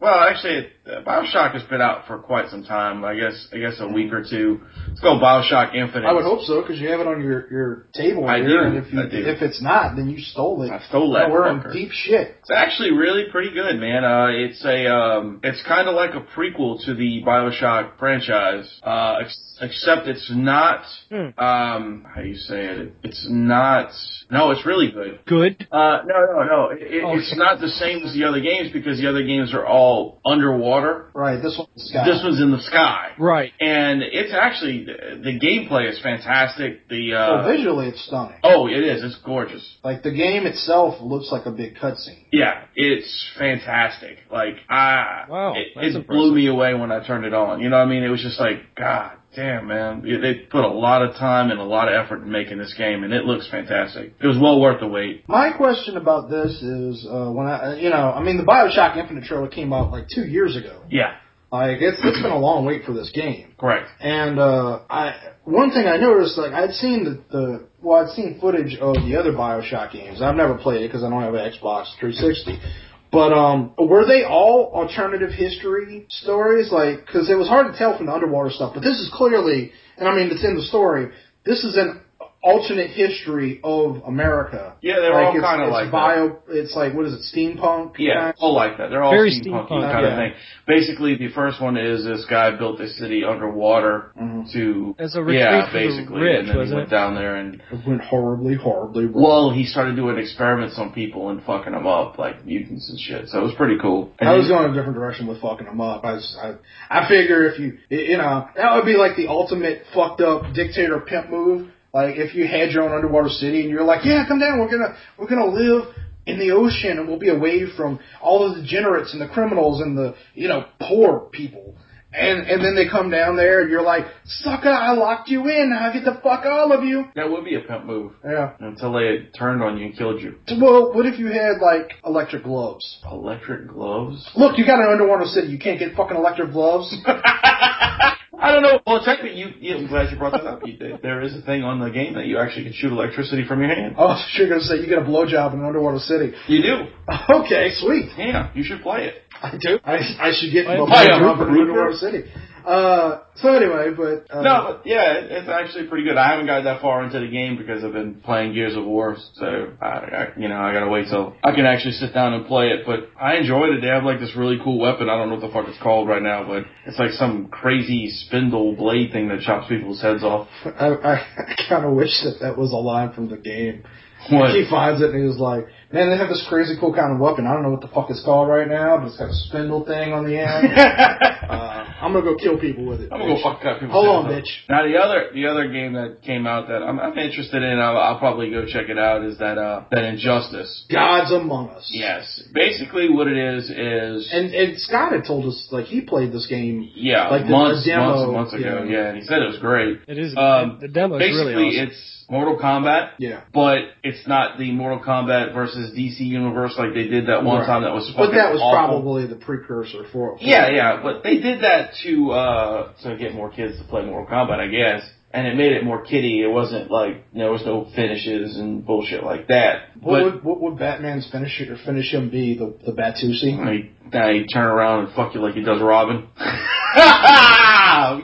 Well, actually, uh, Bioshock has been out for quite some time. I guess, I guess a week or two. Let's go Bioshock Infinite.
I would hope so because you have it on your, your table
I
here, and
do,
if you,
I do.
if it's not, then you stole it.
I stole that.
Now we're in
fucker.
deep shit.
It's actually really pretty good, man. Uh, it's a, um, it's kind of like a prequel to the Bioshock franchise, uh, ex- except it's not,
Hmm.
um, how do you say it? It's not, no, it's really good.
Good.
Uh, no, no, no. It, it-
Oh.
It's not the same as the other games because the other games are all underwater.
Right, this one's Scott.
This one's in the sky.
Right.
And it's actually, the, the gameplay is fantastic. The,
Oh,
So
uh,
visually, it's stunning.
oh, it is. It's gorgeous.
Like the game itself looks like a big cutscene.
Yeah, it's fantastic. Like I,
Wow,
it,
that's
it blew
impressive.
me away when I turned it on. You know what I mean? It was just like, God damn, man, Yeah, they put a lot of time and a lot of effort in making this game, and it looks fantastic. It was well worth the wait.
My question about this is uh, when I, you know, I mean, the Bioshock Infinite trailer came out like two years ago.
Yeah,
Like it's it's been a long wait for this game.
correct.
And uh, I one thing I noticed, like I'd seen the, the well, I'd seen footage of the other Bioshock games. I've never played it because I don't have an Xbox 360. But um, were they all alternative history stories? Like, because it was hard to tell from the underwater stuff. But this is clearly, and I mean, it's in the story. This is an alternate history of America.
Yeah, they're all
it's-
kinda
it's
like
bio. It's like what is it? Steampunk.
Yeah,
kinda?
all like that. They're all
Very
steampunky
steampunk,
kind of
yeah.
thing. Basically, the first one is this guy built a city underwater
Mhm.
to
As a retreat
yeah,
for the
basically,
rich,
and then he
wasn't
went
it?
down there and
It went horribly, horribly wrong.
well, he started doing experiments on people and fucking them up like mutants and shit. So it was pretty cool. And
I was going a different direction with fucking them up. I just, I, I figure if you, y- you know, that would be like the ultimate fucked up dictator pimp move. Like if you had your own underwater city and you're like, yeah, come down, we're gonna, we're gonna live in the ocean and we'll be away from all the degenerates and the criminals and the, you know, poor people. And and then they come down there and you're like, sucker, I locked you in. I get to fuck all of you.
that would be a pimp move
Yeah.
until they turned on you and killed you.
Well, what if you had like electric gloves?
Electric gloves.
Look, you got an underwater city. You can't get fucking electric gloves.
I don't know. Well, technically, you, yeah, I'm glad you brought that up. You, did. there is a thing on the game that you actually can shoot electricity from your hand.
Oh, you're gonna say you get a blowjob in an underwater city?
You do.
Okay, sweet.
Yeah, you should play it.
I do. I, I should get a
I-
blowjob in an
I-
underwater city. Uh, so anyway, but uh,
No, but yeah, it- it's actually pretty good. I haven't got that far into the game because I've been playing Gears of War, so I, I you know, I gotta wait till I can actually sit down and play it. But I enjoyed it. They have like this really cool weapon. I don't know what the fuck it's called right now, but it's like some crazy spindle blade thing that chops people's heads off.
I, I kind of wish that that was a line from the game.
What?
He finds it and he was like, "Man, they have this crazy cool kind of weapon. I don't know what the fuck it's called right now, but it's got a spindle thing on the end. uh,
I'm
I'm gonna go kill people with it.
gonna go fuck up people's
Hold on,
heads off.
bitch.
Now the other the other game that came out that I'm, I'm interested in, I'll, I'll probably go check it out. Is that uh that Injustice?
Gods among us.
Yes, basically what it is is
And and Scott had told us like he played this game.
Yeah,
Like the-
months,
the demo,
months and months ago.
yeah.
Yeah. and he said it was great.
It is
Um,
the demo is
Basically,
really awesome.
it's Mortal Kombat,
Yeah.
but it's not the Mortal Kombat versus DC Universe like they did that one
Right.
time. That was
But
fucking
that was
awful.
probably the precursor for. for
yeah, yeah. But they did that to uh to get more kids to play Mortal Kombat, I guess. And it made it more kiddie. It wasn't like there was no finishes and bullshit like that.
What
but
would, what would Batman's finish or finish him be? The the Batusi?
I, I turn around and fuck you like he does Robin.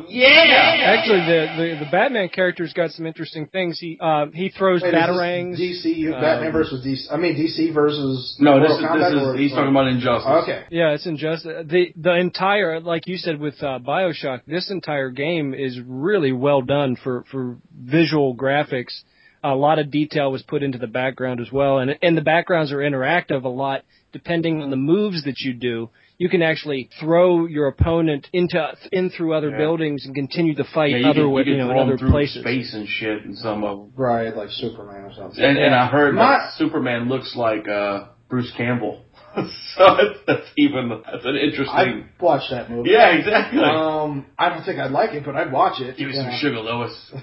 yeah.
Actually, the, the the Batman character's got some interesting things. He um, he throws
Wait, is this
batarangs.
DC
um,
Batman versus DC. I mean DC versus
No, this
Mortal
is
Kombat
this
or-
is he's talking about injustice.
oh, okay.
Yeah, it's injustice. The the entire, like you said with uh, Bioshock, this entire game is really well done for for visual graphics. A lot of detail was put into the background as well, and and the backgrounds are interactive a lot depending on the moves that you do. You can actually throw your opponent into in through other
Yeah.
buildings and continue the fight
Yeah, you
other
can,
way,
you can
know, in
throw 'em
other
through
places.
space and shit, and some of them.
Right, like Superman or something.
And, and I heard
My-
that Superman looks like uh, Bruce Campbell, so that's, that's even that's an
I
interesting.
watched that movie.
yeah, exactly.
Um, I don't think I'd like it, but I'd watch it.
Give me
you know.
some sugar, Lois.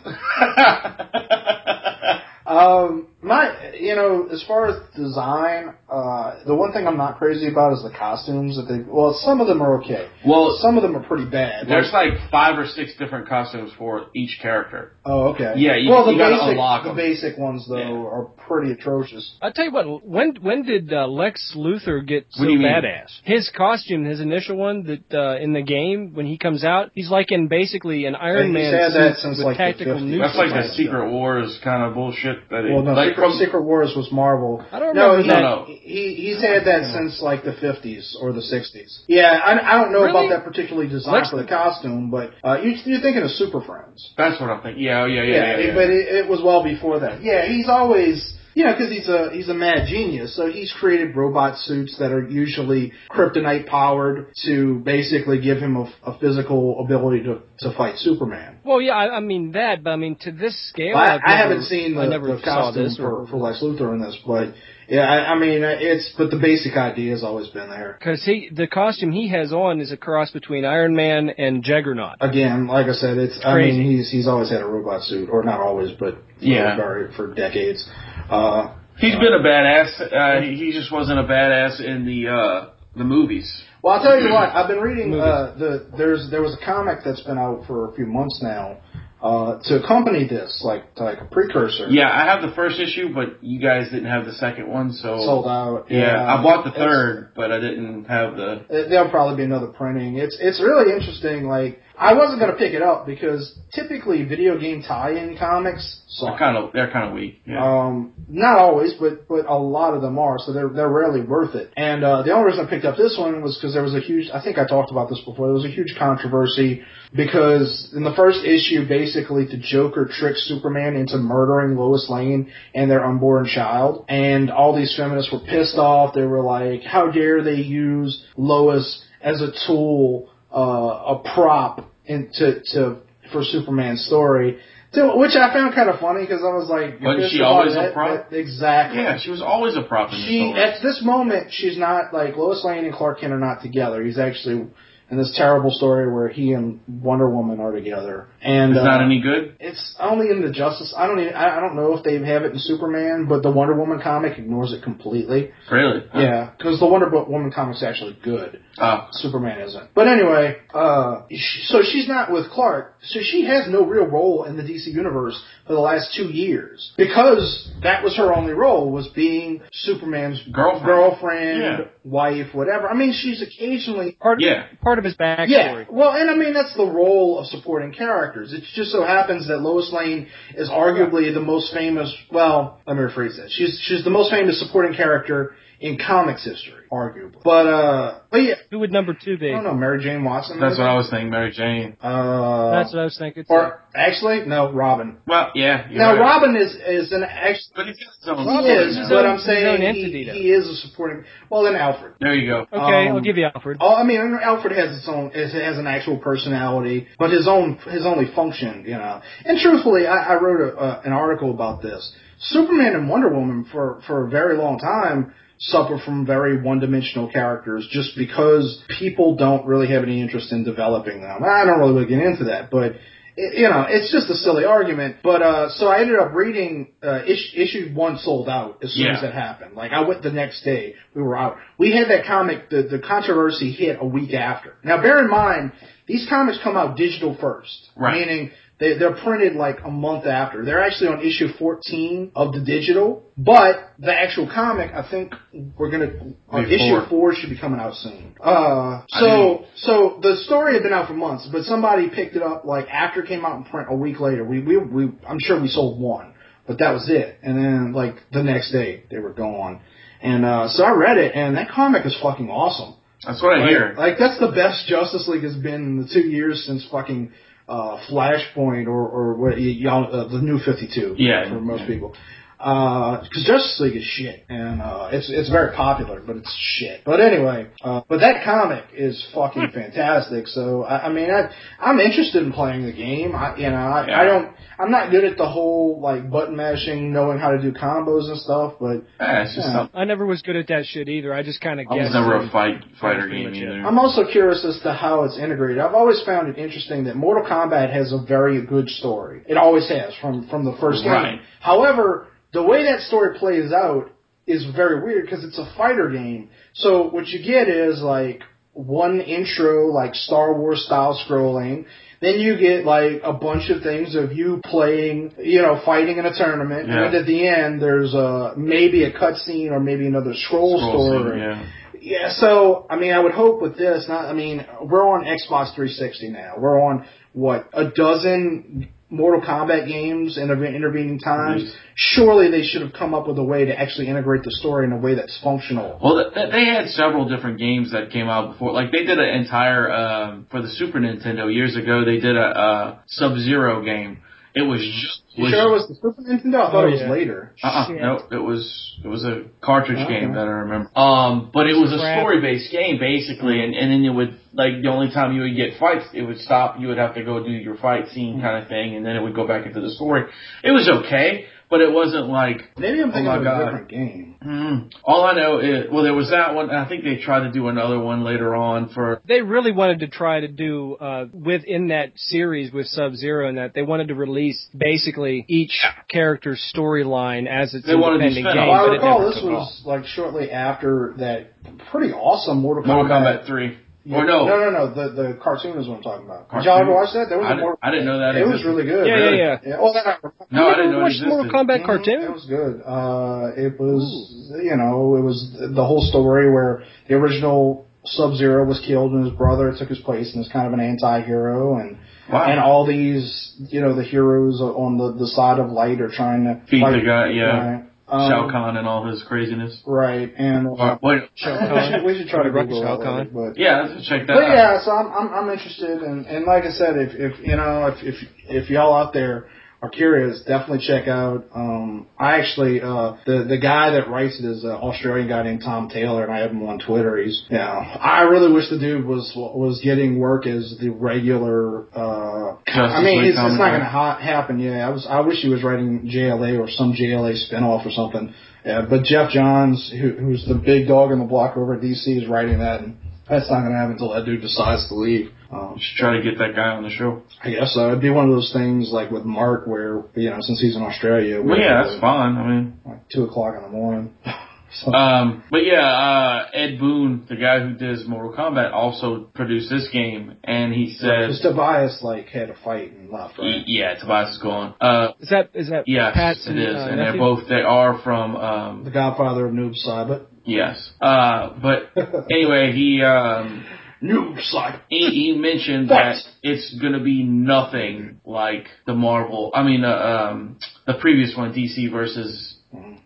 Um, my, you know, as far as design, uh, the one thing I'm not crazy about is the costumes that they. Well, some of them are okay.
well,
Some of them are pretty bad.
there's like five or six different costumes for each character.
Oh, okay.
Yeah, you-
well, the
you gotta
basic,
unlock
the
'em.
basic ones though
Yeah.
are pretty atrocious.
I tell you what, when when did uh, Lex Luthor get so
What do you mean?
badass? His costume, his initial one that uh, in the game when he comes out, he's like in basically an Iron
And he's
Man
had that
suit
since,
with
like, the
tactical
50s.
neutral.
That's like the
Superman.
Secret Wars kind of bullshit. That it,
Well, no,
like
Secret,
from-
Secret Wars was Marvel.
I don't
No,
remember
he,
that.
no, no. He, he's had that since like the 50s or the 60s. Yeah, I, I don't know
Really?
about that particular design
Lex-
for the costume, but uh, you, you're thinking of Super Friends.
that's what I'm thinking. Yeah, oh, yeah, yeah,
yeah,
yeah. yeah,
but it, it was well before that. Yeah, he's always you know because he's a he's a mad genius, so he's created robot suits that are usually kryptonite powered to basically give him a, a physical ability to to fight Superman.
Well, yeah, I, I mean that, but I mean to this scale,
I,
I've
I
never-
haven't seen the,
I never
the
saw
costume
this
for,
or-
for Lex Luthor in this, but yeah, I, I mean it's but the basic idea has always been there.
Because he, the costume he has on is a cross between Iron Man and Juggernaut.
Again, like I said, it's I
Crazy.
mean he's he's always had a robot suit, or not always, but
Yeah.
for, for decades. Uh,
He's been a badass. Uh, he he just wasn't a badass in the uh, the movies.
Well, I'll tell you what. I've been reading
Movies.
uh, the there's there was a comic that's been out for a few months now uh, to accompany this, like like a precursor.
Yeah, I have the first issue, but you guys didn't have the second one, so
sold out.
yeah, I bought the
It's-
third, but I didn't have the.
Uh, it- There'll probably be another printing. It's it's really interesting. Like I wasn't gonna pick it up because typically video game tie-in comics
They're
suck.
kind of they're kind of weak. Yeah.
Um, not always, but but a lot of them are, so they're they're rarely worth it. And uh, the only reason I picked up this one was because there was a huge. I think I talked about this before. There was a huge controversy because in the first issue, basically, the Joker tricks Superman into murdering Lois Lane and their unborn child, and all these feminists were pissed off. They were like, "How dare they use Lois as a tool, uh, a prop, and to to for Superman's story." To, which I found kind of funny because I was like,
Wasn't
pissed
she
about
always a
that-
prop?
that- exactly.
yeah, she was always a prop in the
She
story.
at this moment she's not like Lois Lane and Clark Kent are not together. He's actually in this terrible story where he and Wonder Woman are together, and
It's
uh,
not any good.
it's only in the Justice. I don't even I, I don't know if they have it in Superman, but the Wonder Woman comic ignores it completely.
Really?
Yeah. 'Cause Yeah, because the Wonder Bo- Woman comic's actually good.
Oh,
Superman isn't. But anyway, uh, sh- so she's not with Clark, so she has no real role in the DC universe for the last two years because that was her only role was being Superman's
Girlfriend.
girlfriend,
Yeah.
wife, whatever. I mean, she's occasionally.
Part of,
Yeah.
part of his backstory.
Yeah, well, and I mean that's the role of supporting characters. It just so happens that Lois Lane is arguably the most famous. Well, let me rephrase that. She's she's the most famous supporting character in comics history, arguably. But uh, but yeah,
Who would number two be?
I don't know, Mary Jane Watson.
that's
maybe?
what I was thinking, Mary Jane.
Uh,
That's what I was thinking. too.
or actually, no, Robin.
Well, yeah. You're
now,
right.
Robin is is an actually
but he's got his own.
he
Robin
story
is,
now.
his
but
own-
I'm
his
saying
own
he-
entity, though.
he, is a supporting. Well, then Alfred.
There you go.
okay,
um,
I'll give you Alfred.
Oh, I mean, Alfred has its own is, has an actual personality, but his own his only function, you know. And truthfully, I, I wrote a, uh, an article about this. Superman and Wonder Woman for for a very long time suffer from very one dimensional characters just because people don't really have any interest in developing them. I don't really get into that, but it- you know, it's just a silly argument. But uh, so I ended up reading uh, ish, issue one sold out as soon
Yeah.
as it happened. Like I went the next day, we were out. We had that comic. The the controversy hit a week after. Now bear in mind, these comics come out digital first,
Right.
meaning. They, they're printed like a month after. They're actually on issue 14 of the digital, but the actual comic, I think we're gonna, on
Before.
issue four should be coming out soon. Uh,
I
so,
didn't-
so the story had been out for months, but somebody picked it up like after it came out in print a week later. We we, we I'm sure we sold one, but that was it. And then like the next day they were gone. And uh, so I read it, and that comic is fucking awesome.
That's what I hear.
Like that's the best Justice League has been in the two years since fucking uh, Flashpoint or or what y- y'all uh, the New Fifty Two.
Yeah.
for most
Yeah.
people. Because Justice League is shit, and uh, it's it's very popular, but it's shit. But anyway, uh, but that comic is fucking fantastic. So I, I mean, I I'm interested in playing the game. I you know I, I
Yeah.
don't I'm not good at the whole like button mashing, knowing how to do combos and stuff. But
Yeah, it's just
Yeah.
something.
I never was good at that shit either. I just kind of
I was
guessed.
never a
and-
fight fighter
pretty
game
much it.
either.
I'm also curious as to how it's integrated. I've always found it interesting that Mortal Kombat has a very good story. It always has from from the first game.
Right.
However, the way that story plays out is very weird because it's a fighter game. So what you get is like one intro, like Star Wars style scrolling. Then you get like a bunch of things of you playing, you know, fighting in a tournament.
Yeah.
And then at the end, there's uh maybe a cutscene or maybe another scroll,
Scroll
story.
scene, yeah.
Yeah, so I mean, I would hope with this. Not, I mean, we're on Xbox 360 now. We're on what a dozen Mortal Kombat games in the intervening times.
Yes.
Surely they should have come up with a way to actually integrate the story in a way that's functional.
Well, th- th- they had several different games that came out before. Like they did an entire um, for the Super Nintendo years ago. They did a, uh Sub Zero game. It was just
You sure it was the Super Nintendo? I thought
Oh,
it was
yeah.
later.
uh-uh,
Shit.
no, it was it was a cartridge
Okay.
game that I remember. Um, but it was a
Crap.
story based game basically,
Mm-hmm.
and, and then it would like the only time you would get fights, it would stop. You would have to go do your fight scene
Mm-hmm.
kind of thing, and then it would go back into the story. It was okay, but it wasn't like
Maybe I'm thinking
Oh, my
of a
God.
different game.
Mm. All I know is, well, there was that one. and I think they tried to do another one later on for.
They really wanted to try to do uh, within that series with Sub Zero, and that they wanted to release basically each character's storyline as its
They wanted to
independent
spin off.
game.
Well, I
but it
recall
never
this
took off.
was like shortly after that pretty awesome Mortal Kombat.
Mortal Kombat 3. Or no.
no, no, no. The the cartoon is what I'm talking about. Did
Cartoon?
y'all ever watch that? There was
I
a
didn't-
Mortal
I didn't know that
It was
existed.
really good.
Yeah,
Really?
yeah, yeah.
Yeah, well, that I-
No, I
You
didn't
never
know it
watched
existed.
Mortal Kombat
Mhm,
cartoon.
It was good. Uh, it was, you know, it was the whole story where the original Sub Zero was killed and his brother took his place and is kind of an anti-hero and
Wow.
and all these you know the heroes on the the side of light are trying to
Feed
fight-
the guy, yeah.
Right. Um,
Shao Kahn and all his craziness.
Right, and
Or,
uh,
wait,
Shao
we,
Kahn.
should, we should try to
Rocket
Google
Shao
that
Kahn.
later, but
yeah, let's check that
but
out.
yeah, so I'm I'm, I'm interested, and, and like I said, if, if you know if, if if y'all out there are curious, definitely check out. Um, I actually uh, the the guy that writes it is an Australian guy named Tom Taylor, and I have him on Twitter. He's you know I really wish the dude was was getting work as the regular. Uh,
Justice
I mean,
League
it's, it's not
commentary.
going to ha- happen. Yeah, I was I wish he was writing JLA or some JLA spinoff or something. Yeah, but Jeff Johns, who, who's the big dog in the block over at DC, is writing that, and that's not going to happen until that dude decides to leave. Um,
Should try to get that guy on the show.
I guess so. It'd be one of those things like with Mark, where you know, since he's in Australia, we
Well, yeah,
have to
that's
do it
fine. I mean,
at, Like two o'clock in the morning. so,
Um, but yeah, uh, Ed Boon, the guy who does Mortal Kombat, also produced this game, and he
because
says,
Tobias like had a fight and left. Right?
"Yeah, Tobias is gone." Uh,
Is that is that
yes,
Pat's
it is,
uh,
and they're
nephew?
both they are from um,
The Godfather of Noob Saibot.
yes. Uh, but anyway, he um,
Noob Saibot.
he, he E mentioned that it's gonna be nothing like the Marvel. I mean, uh, um, the previous one, DC versus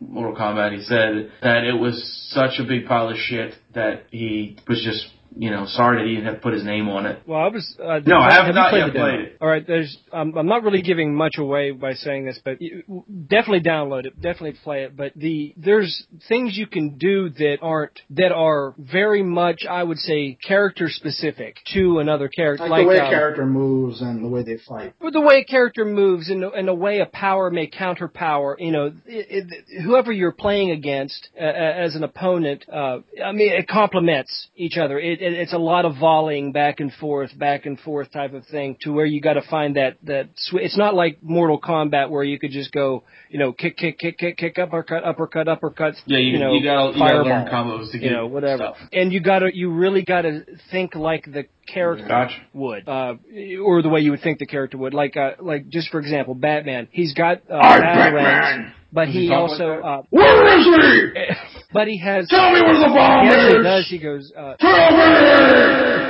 Mortal Kombat. He said that it was such a big pile of shit that he was just, you know, sorry that he didn't have to put his name on it.
Well, I was. Uh,
No, I have
you
not
played
yet
the demo?
played it.
All right, there's. Um, I'm not really giving much away by saying this, but you, definitely download it. Definitely play it. But the there's things you can do that aren't that are very much, I would say, character specific to another character,
Like, the way
um,
a character moves and the way they fight.
with the way a character moves and the, and the way a power may counter power, you know, it, it, whoever you're playing against uh, as an opponent, uh, I mean, it complements each other. It, it, it's a lot of volleying back and forth, back and forth type of thing to where you got to find that, that sw- it's not like Mortal Kombat where you could just go, you know, kick, kick, kick, kick, kick, uppercut, uppercut, uppercut.
Yeah, you, you,
know,
gotta, you gotta learn
fireball,
combos to get
You know, whatever.
Stuff.
And you gotta, you really gotta think like the character
Gotcha.
would, uh, or the way you would think the character would. Like, uh, like just for example, Batman. He's got uh,
I'm
battle
Batman!
ranks, but
he
he
talk
also,
like that?
uh,
Where is he?
but he has.
Tell me where the bomb
he actually
is!
does. He goes. Uh,
Tell me!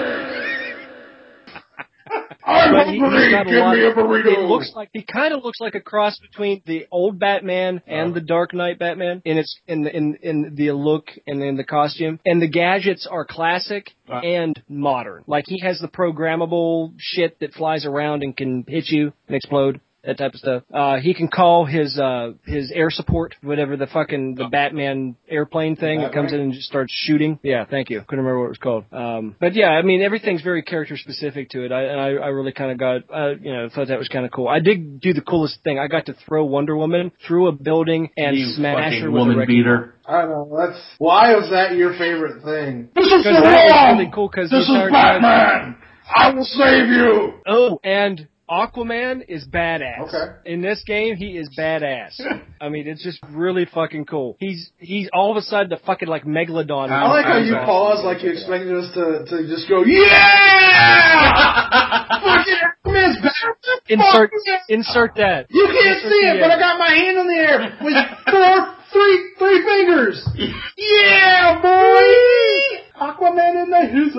I'm
but he,
hungry!
has got a
Give
lot.
me a burrito!
It looks like he kind of looks like a cross between the old Batman and the Dark Knight Batman in its in the, in in the look and in the costume. And the gadgets are classic and modern. Like he has the programmable shit that flies around and can hit you and explode. That type of stuff. Uh, he can call his uh, his air support, whatever the fucking the Batman airplane thing that comes in and just starts shooting. Yeah, thank you. Couldn't remember what it was called. Um, but yeah, I mean everything's very character specific to it. I and I, I really kind of got uh, you know thought that was kind of cool. I did do the coolest thing. I got to throw Wonder Woman through a building and
you
smash her
fucking
with a
woman
wrecking
beater.
I don't know. That's why is that your favorite thing? This
Because that was really cool. Because the entire time-
I will save you.
Oh, and Aquaman is badass.
Okay.
In this game, he is badass. I mean, it's just really fucking cool. He's he's all of a sudden the fucking like megalodon.
I like how you
Awesome.
pause like you expected us to, to just go yeah. Fucking Aquaman's back. Fuck
Insert
yeah.
insert that.
You can't see it, but I got my hand in the air with four, three, three fingers. Yeah, boy. Aquaman in the his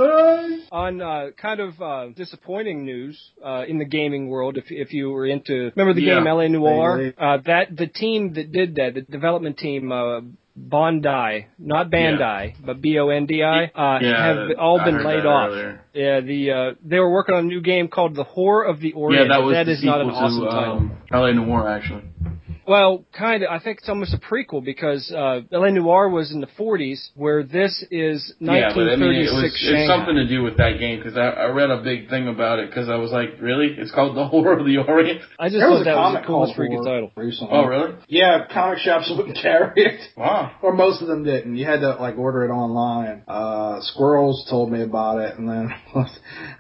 eyes.
On uh, kind of uh, disappointing news uh, in the gaming world, if if you were into remember the
Yeah.
game LA Noir,
Vaguely.
uh, that the team that did that, the development team. Uh, Bondi, not Bandai, but B O N D I, uh, have all
I
been
heard
laid
that
off.
earlier.
Yeah, the uh, they were working on a new game called The Whore of the
Yeah,
Orient.
that was
that
the
is not an
sequel
awesome
to
title.
um, LA Noir, actually.
Well, kind of. I think it's almost a prequel because uh, La Noir was in the 40s, where this is
Yeah,
1936
but I mean, it was,
Shanghai.
it's something to do with that game because I, I read a big thing about it because I was like, really? It's called The Horror of the Orient?
I just
There was a
thought that was
comic called
the coolest
War
freaking title.
recently.
Oh, really?
Yeah, comic shops wouldn't carry it.
Wow.
Or most of them didn't. You had to like order it online. Uh, Squirrels told me about it, and then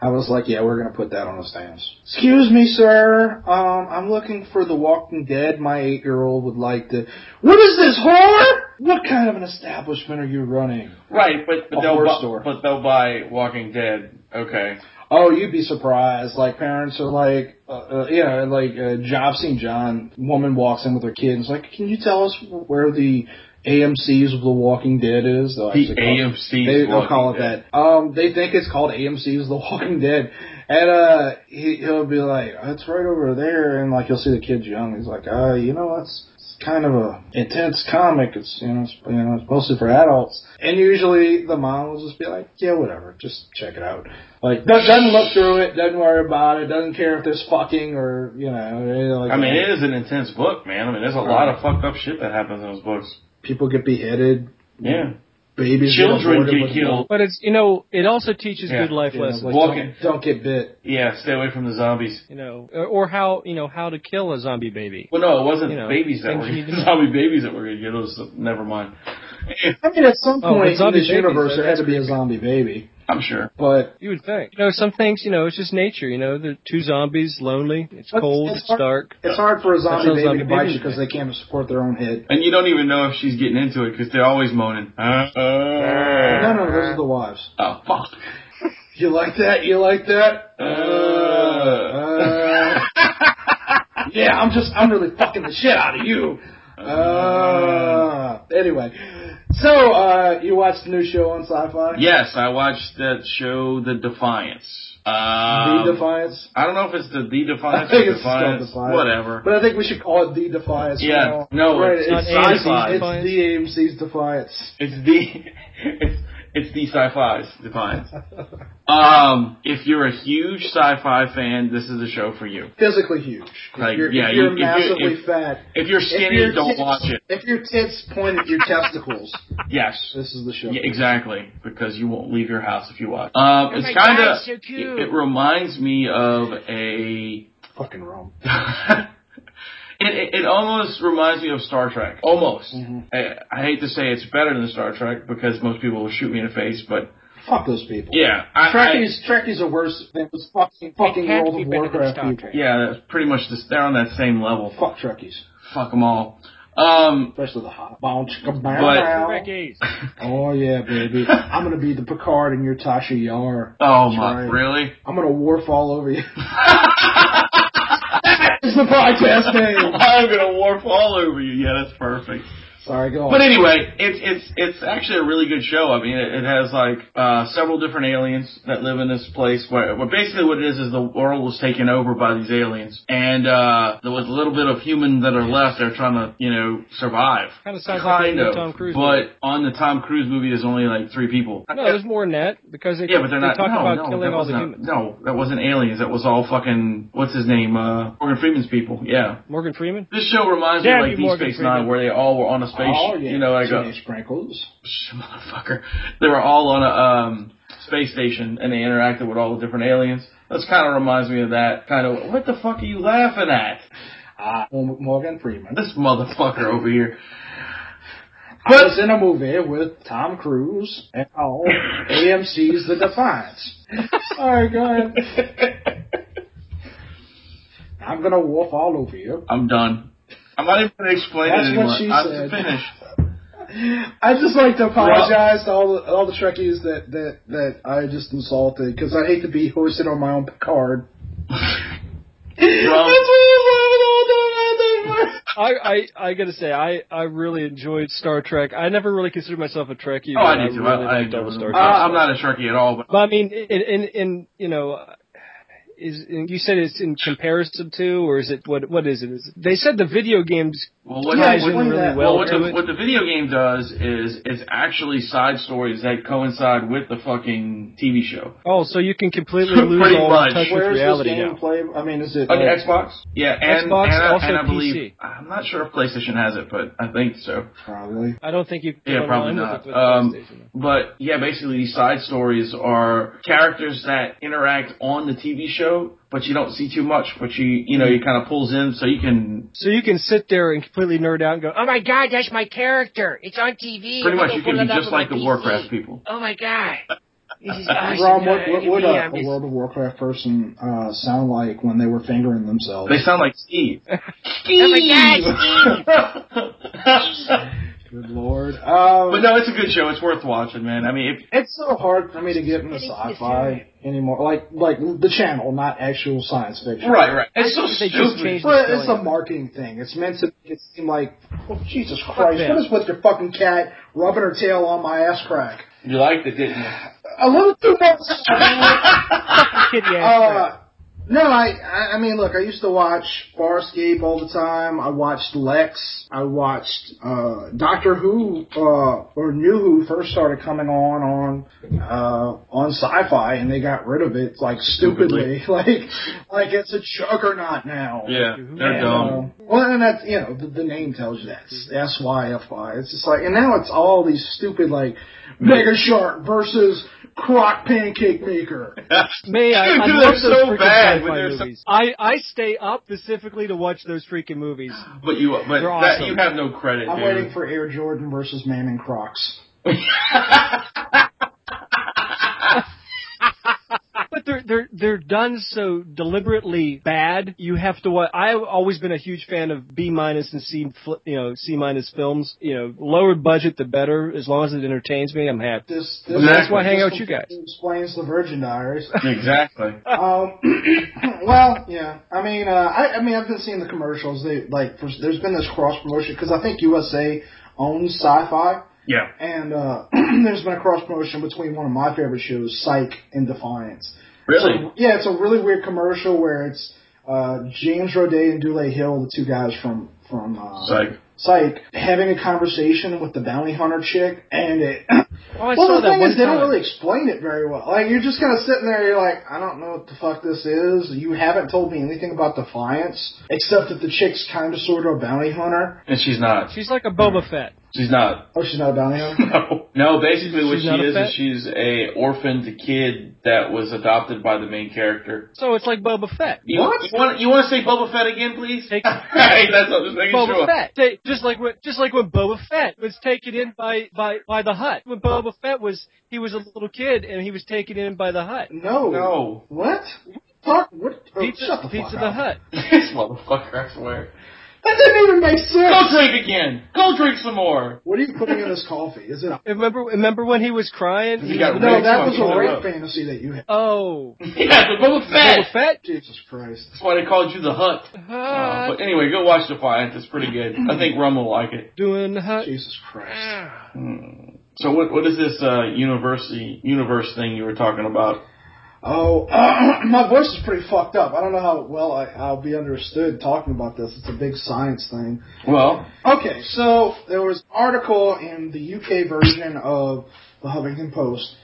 I was like, "Yeah, we're gonna put that on the stands." Excuse me, sir. Um, I'm looking for The Walking Dead. My eight-year-old would like to. What is this horror? What kind of an establishment are you running?
Right, but, but,
A
they'll
horror
bu-
store.
but they'll buy Walking Dead. Okay.
Oh, you'd be surprised. Like parents are like, uh, uh, yeah, like uh, I've seen John. Woman walks in with her kid and is like, "Can you tell us where the AMC's of The Walking Dead is. They'll
The
actually call it-
AMC's
They, they'll
Walking
call it
Dead.
that. Um, they think it's called AMC's The Walking Dead, and uh, he, he'll be like, "It's right over there," and like you'll see the kid's young. He's like, "Uh, you know, that's." It's kind of a intense comic. It's you know, it's, you know, it's mostly for adults. And usually the mom will just be like, "Yeah, whatever, just check it out." Like do- doesn't look through it, doesn't worry about it, doesn't care if there's fucking or you know. eh, Like,
I mean, it is an intense book, man. I mean, there's a lot of fucked up shit that happens in those books.
people get beheaded,
Yeah.
babies,
Children
aborted
get
with
killed.
But it's you know it also teaches
Yeah.
good life
You know,
lessons.
like,
Walking.
Don't, don't get bit.
Yeah, stay away from the zombies.
you know, or- or how you know how to kill a zombie baby.
Well, no, it wasn't
You know,
babies that
things
were
you need to know.
zombie babies that were going to get those. Never mind.
I mean, at some
Oh,
point
but
in
zombie
this
babies,
universe,
that-
there had to be a
that's
zombie baby.
I'm sure.
But
You would think. You know, some things, you know, it's just nature. You know, the two zombies, lonely. It's
That's-
cold.
that's
It's
part-
dark.
it's hard for a zombie
how
baby
zombie
to bite
babies
you because
make.
they can't support their own head.
And you don't even know if she's getting into it because they're always moaning. Uh,
No, no,
uh,
those are the wives.
oh, fuck.
You like that? You like that?
Uh.
Uh, yeah, I'm just, I'm really fucking the shit out of you. Uh, anyway, so uh, you watched the new show on Sci-Fi?
yes, I watched that show, The Defiance. Um,
The Defiance.
I don't know if it's the The
I
Defiance
think
or
it's called
Defiance,
Defiance.
whatever.
But I think we should call it The Defiance. from
Yeah.
now on.
No,
right,
it's-
it's Not sci-fi. AMC's
It's
Defiance.
the AMC's Defiance.
It's the it's it's the sci-fi's defiance. Um, if you're a huge sci-fi fan, this is a show for you.
Physically huge. If
Like,
you're,
yeah,
if
you-
you're
if you're-
massively
if-
fat.
If you're
If
skinny,
your
don't
tits-
watch it.
If your tits point at your testicles,
Yes.
this is the show.
Yeah, exactly, because you won't leave your house if you watch. Um, it's kind of it, it reminds me of a.
Fucking wrong.
it, it it almost reminds me of Star Trek. Almost.
Mm-hmm.
I, I hate to say it's better than Star Trek because most people will shoot me in the face, but
Fuck those people.
yeah, I, I,
Trekkies, Trekkies are worse than those fucking fucking
can't
World
be
of
better than
Warcraft
Star
people.
yeah, that's pretty much this, they're on that same level.
Fuck Trekkies,
Fuck them all. Um,
especially the hot bounce. But,
Rickies.
oh yeah, baby, I'm gonna be the Picard and your Tasha Yar.
oh
That's
my,
right.
really?
I'm gonna wharf all over you. It's the podcast name.
I'm gonna warp all over you. Yeah, that's perfect.
Sorry,
Oh,
go on.
But anyway, it's it's it's actually a really good show. I mean, it, it has like uh, several different aliens that live in this place. Where, where basically what it is is the world was taken over by these aliens, and uh, there was a little bit of human that are left. They're trying to you know survive.
Kinda sounds like a new Tom Cruise
but
movie.
on the Tom Cruise movie, there's only like three people.
No, there's more than that because they,
Yeah, but they're
they
not.
talk
no,
about
no,
killing
that
all the
wasn't-
humans.
No, that wasn't aliens. That was all fucking what's his name? Uh, Morgan Freeman's people. Yeah,
Morgan Freeman.
this show reminds
Damn
me of
you,
like Deep
Morgan
Space
Freeman.
Nine, where they all were on a space.
oh yeah,
You know, like uh, a
Teenage sprinkles.
Shh, motherfucker. They were all on a um, space station and they interacted with all the different aliens. This kind of reminds me of that kind of what the fuck are you laughing at?
Ah, Morgan Freeman.
This motherfucker over here.
I was in a movie with Tom Cruise and all AMC's The Defiance. Sorry, go ahead. I'm gonna wolf all over you.
I'm done. I'm not even gonna explain
That's
it
what
anymore.
she
I'm
said.
finished.
I just like to apologize to all the all the Trekkies that that that I just insulted because I hate to be hoisted on my own Picard. That's
I, I I gotta say I I really enjoyed Star Trek. I never really considered myself a
Oh,
Trekkie. but
I do too.
really
I, I,
liked all the Star
uh,
Trek
I'm
stuff.
not a turkey at all, but
But I mean, in in, in you know. uh, Is you said it's in comparison to, or is it what? What is it? Is it they said the video games
well, what,
Yeah,
what-
ties in
explain
really
that.
well
well, what,
to
the,
it.
what the video game does is it's actually side stories that coincide with the fucking TV show.
Oh, so you can completely lose
Pretty
all
much.
touch with
Where's this
reality
game
now.
play? I mean, is it
On your
like-
Xbox? Uh, Yeah, and,
Xbox,
and, I-
also
and I
PC.
believe I'm not sure if PlayStation has it, but I think so.
Probably.
I don't think you. can
Yeah,
get
probably
online with
not.
it with PlayStation.
Um, but yeah, basically these side stories are characters that interact on the TV show, but you don't see too much. But you, you know, you kind of pulls in so you can
So you can sit there and completely nerd out and go,
Oh my god, that's my character. It's on TV.
pretty
I'm
much
gonna
you can
pull
be
it up
just
on my
like the
PC.
Warcraft people.
Oh my god. This is awesome.
Ron, what,
Uh,
what would
yeah,
a, a
I'm just-
World of Warcraft person uh, sound like when they were fingering themselves?
They sound like Steve.
Oh my god, Steve.
Good lord. word. Um,
But no, it's a good show. It's worth watching, man. I mean, if,
It's so hard for me to get into sci-fi anymore. Like, like the channel, not actual science fiction.
right, right. It's so
They just
stupid.
changed the
But it's
spelling of
a marketing thing. It's meant to make it seem like, well, Jesus Christ,
them.
what is with your fucking cat rubbing her tail on my ass crack?
You liked it, didn't you?
A little too much.
it. Kitty ass crap.
Oh,
Uh, no, I, I I mean, look, I used to watch Farscape all the time. I watched Lex. I watched uh, Doctor Who uh, or New Who first started coming on on uh, on Sci-Fi, and they got rid of it like stupidly, like like it's a juggernaut now.
Yeah, they're
And,
dumb.
uh, well, and that's you know the, the name tells you that S Y F Y. It's just like, and now it's all these stupid like Mega Shark versus Croc Pancake Maker.
May I? I
Dude,
love
they're
those
so
freaking
bad, but
sci-fi
they're so-
movies. I I stay up specifically to watch those freaking movies.
But you, but
They're
that,
awesome.
you have no credit,
I'm
dude.
waiting for Air Jordan versus Man in Crocs.
But they're they're they're done so deliberately bad. You have to. wa- I've always been a huge fan of B minus and C, fl- you know, C minus films. You know, lower budget the better. As long as it entertains me, I'm happy.
This, this
Well, that's why
I hang out with
this
you guys.
Explains the Virgin Diaries.
exactly.
um, well, yeah. I mean, uh, I, I mean, I've been seeing the commercials. They like, for, there's been this cross promotion because I think USA owns Sci-Fi,
Yeah.
and uh, there's been a cross promotion between one of my favorite shows, Psych and Defiance.
Really?
Yeah, it's a really weird commercial where it's uh, James Roday and Dule Hill, the two guys from from uh,
It's like,
Psych, having a conversation with the bounty hunter chick, and it.
Oh, I
well,
saw
the
that
thing
one
is, they don't
time.
really explain it very well. Like you're just kind of sitting there, you're like, I don't know what the fuck this is. You haven't told me anything about Defiance, except that the chick's kind of sort of a bounty hunter.
and she's not.
She's like a Boba Fett.
She's not.
Oh, she's not a bounty hunter.
No, no. Basically, what she
She's not a
is
pet?
is she's a orphaned kid that was adopted by the main character.
So it's like Boba Fett.
You,
What?
You want you want to say Boba Fett again, please?
Take-
hey, that's what I was making
Boba
sure.
Fett. They, just like when, just like when Boba Fett was taken in by by by the Hut. When Boba Fett was, he was a little kid and he was taken in by the Hut.
No.
No,
What? Fuck. What? Oh, shut
Pizza,
the
Pizza
fuck
the
up.
Hut.
this motherfucker, I swear.
That didn't even make
Go
sense.
drink again. Go drink some more.
What are you putting in this coffee? Is it? A-
Remember, remember when he was crying?
He got
no,
raped
that
by
was
Boba
a rape
Fett.
fantasy that you had.
Oh,
Yeah, the Boba Fett.
Boba Fett.
Jesus Christ.
That's why they called you the Hut. Uh, but anyway, go watch Defiance. It's pretty good. I think Rum will like it.
doing the Hut.
Jesus Christ.
uh.
So what what is this uh, university universe thing you were talking about?
Oh, my voice is pretty fucked up. I don't know how well I, I'll be understood talking about this. It's a big science thing.
Well,
Okay, so there was an article in the UK version of the Huffington Post.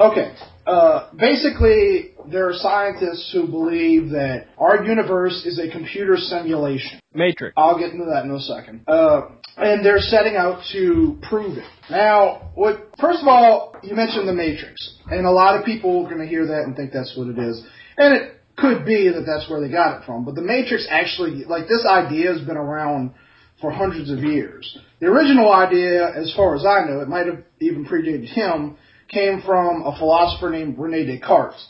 Okay, uh, basically, there are scientists who believe that our universe is a computer simulation.
Matrix.
I'll get into that in a second. Uh, and they're setting out to prove it. Now, what? First of all, you mentioned the Matrix, and a lot of people are going to hear that and think that's what it is, and it could be that that's where they got it from. But the Matrix actually, like this idea, has been around for hundreds of years. The original idea, as far as I know, it might have even predated him, came from a philosopher named Rene Descartes.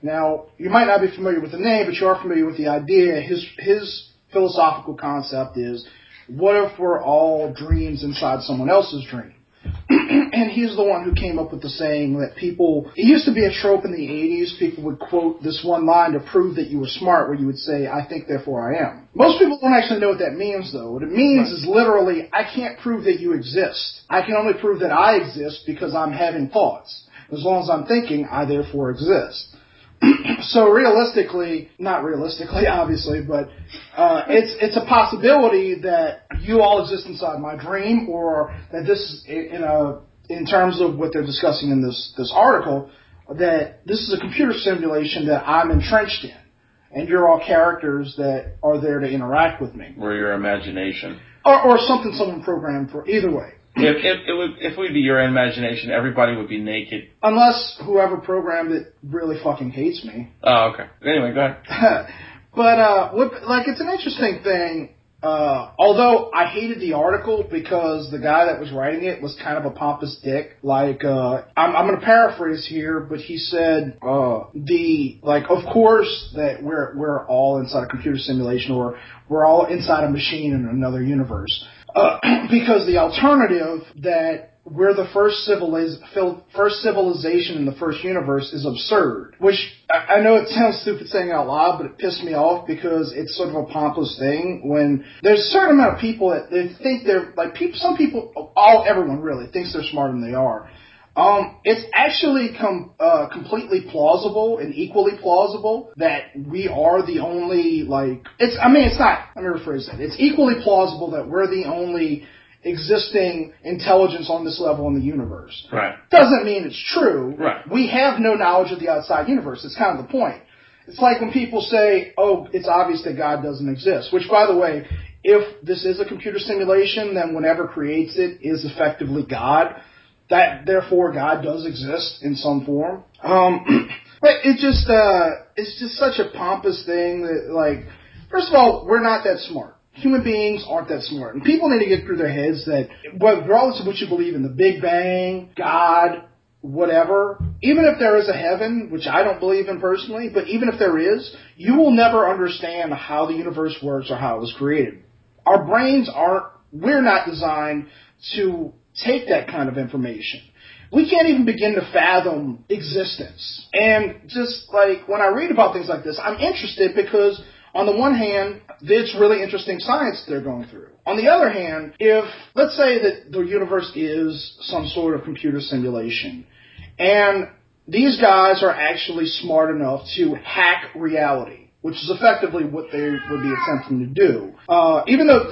Now, you might not be familiar with the name, but you are familiar with the idea. His his philosophical concept is, what if we're all dreams inside someone else's dream? and he's the one who came up with the saying that people. It used to be a trope in the '80s. People would quote this one line to prove that you were smart, where you would say, "I think, therefore I am." Most people don't actually know what that means, though. What it means is literally, I can't prove that you exist. I can only prove that I exist because I'm having thoughts. As long as I'm thinking, I therefore exist so realistically, not realistically, obviously, but uh, it's it's a possibility that you all exist inside my dream, or that this is in in a in terms of what they're discussing in this this article, that this is a computer simulation that I'm entrenched in, and you're all characters that are there to interact with me,
or your imagination.
or or something someone programmed for. Either way,
If if it would if it would be your imagination, everybody would be naked.
unless whoever programmed it really fucking hates me,
Oh, okay. Anyway, go ahead.
but uh, what, like it's an interesting thing. Uh, although I hated the article because the guy that was writing it was kind of a pompous dick. Like, uh, I'm, I'm going to paraphrase here, but he said, uh, the, like, of course that we're, we're all inside a computer simulation or we're all inside a machine in another universe. Uh, because the alternative that we're the first civiliz- fil- first civilization in the first universe is absurd. Which I-, I know it sounds stupid saying out loud, but it pissed me off because it's sort of a pompous thing. When there's a certain amount of people that they think they're like people. Some people, all everyone really thinks they're smarter than they are. Um, it's actually com- uh, completely plausible and equally plausible that we are the only like it's. I mean, it's not. Let me rephrase that. It's equally plausible that we're the only existing intelligence on this level in the universe.
Right.
Doesn't mean it's true.
Right.
We have no knowledge of the outside universe. It's kind of the point. It's like when people say, "Oh, it's obvious that God doesn't exist," which, by the way. If this is a computer simulation, then whatever creates it is effectively God that therefore God does exist in some form. Um, but it just uh, it's just such a pompous thing that like first of all we're not that smart. Human beings aren't that smart, and people need to get through their heads that regardless of what you believe in the Big Bang, God, whatever, even if there is a heaven, which I don't believe in personally, but even if there is, you will never understand how the universe works or how it was created. Our brains aren't. We're not designed to take that kind of information. We can't even begin to fathom existence. And just like when I read about things like this, I'm interested because on the one hand, it's really interesting science they're going through. On the other hand, if let's say that the universe is some sort of computer simulation and these guys are actually smart enough to hack reality which is effectively what they would be attempting to do. Uh, even though,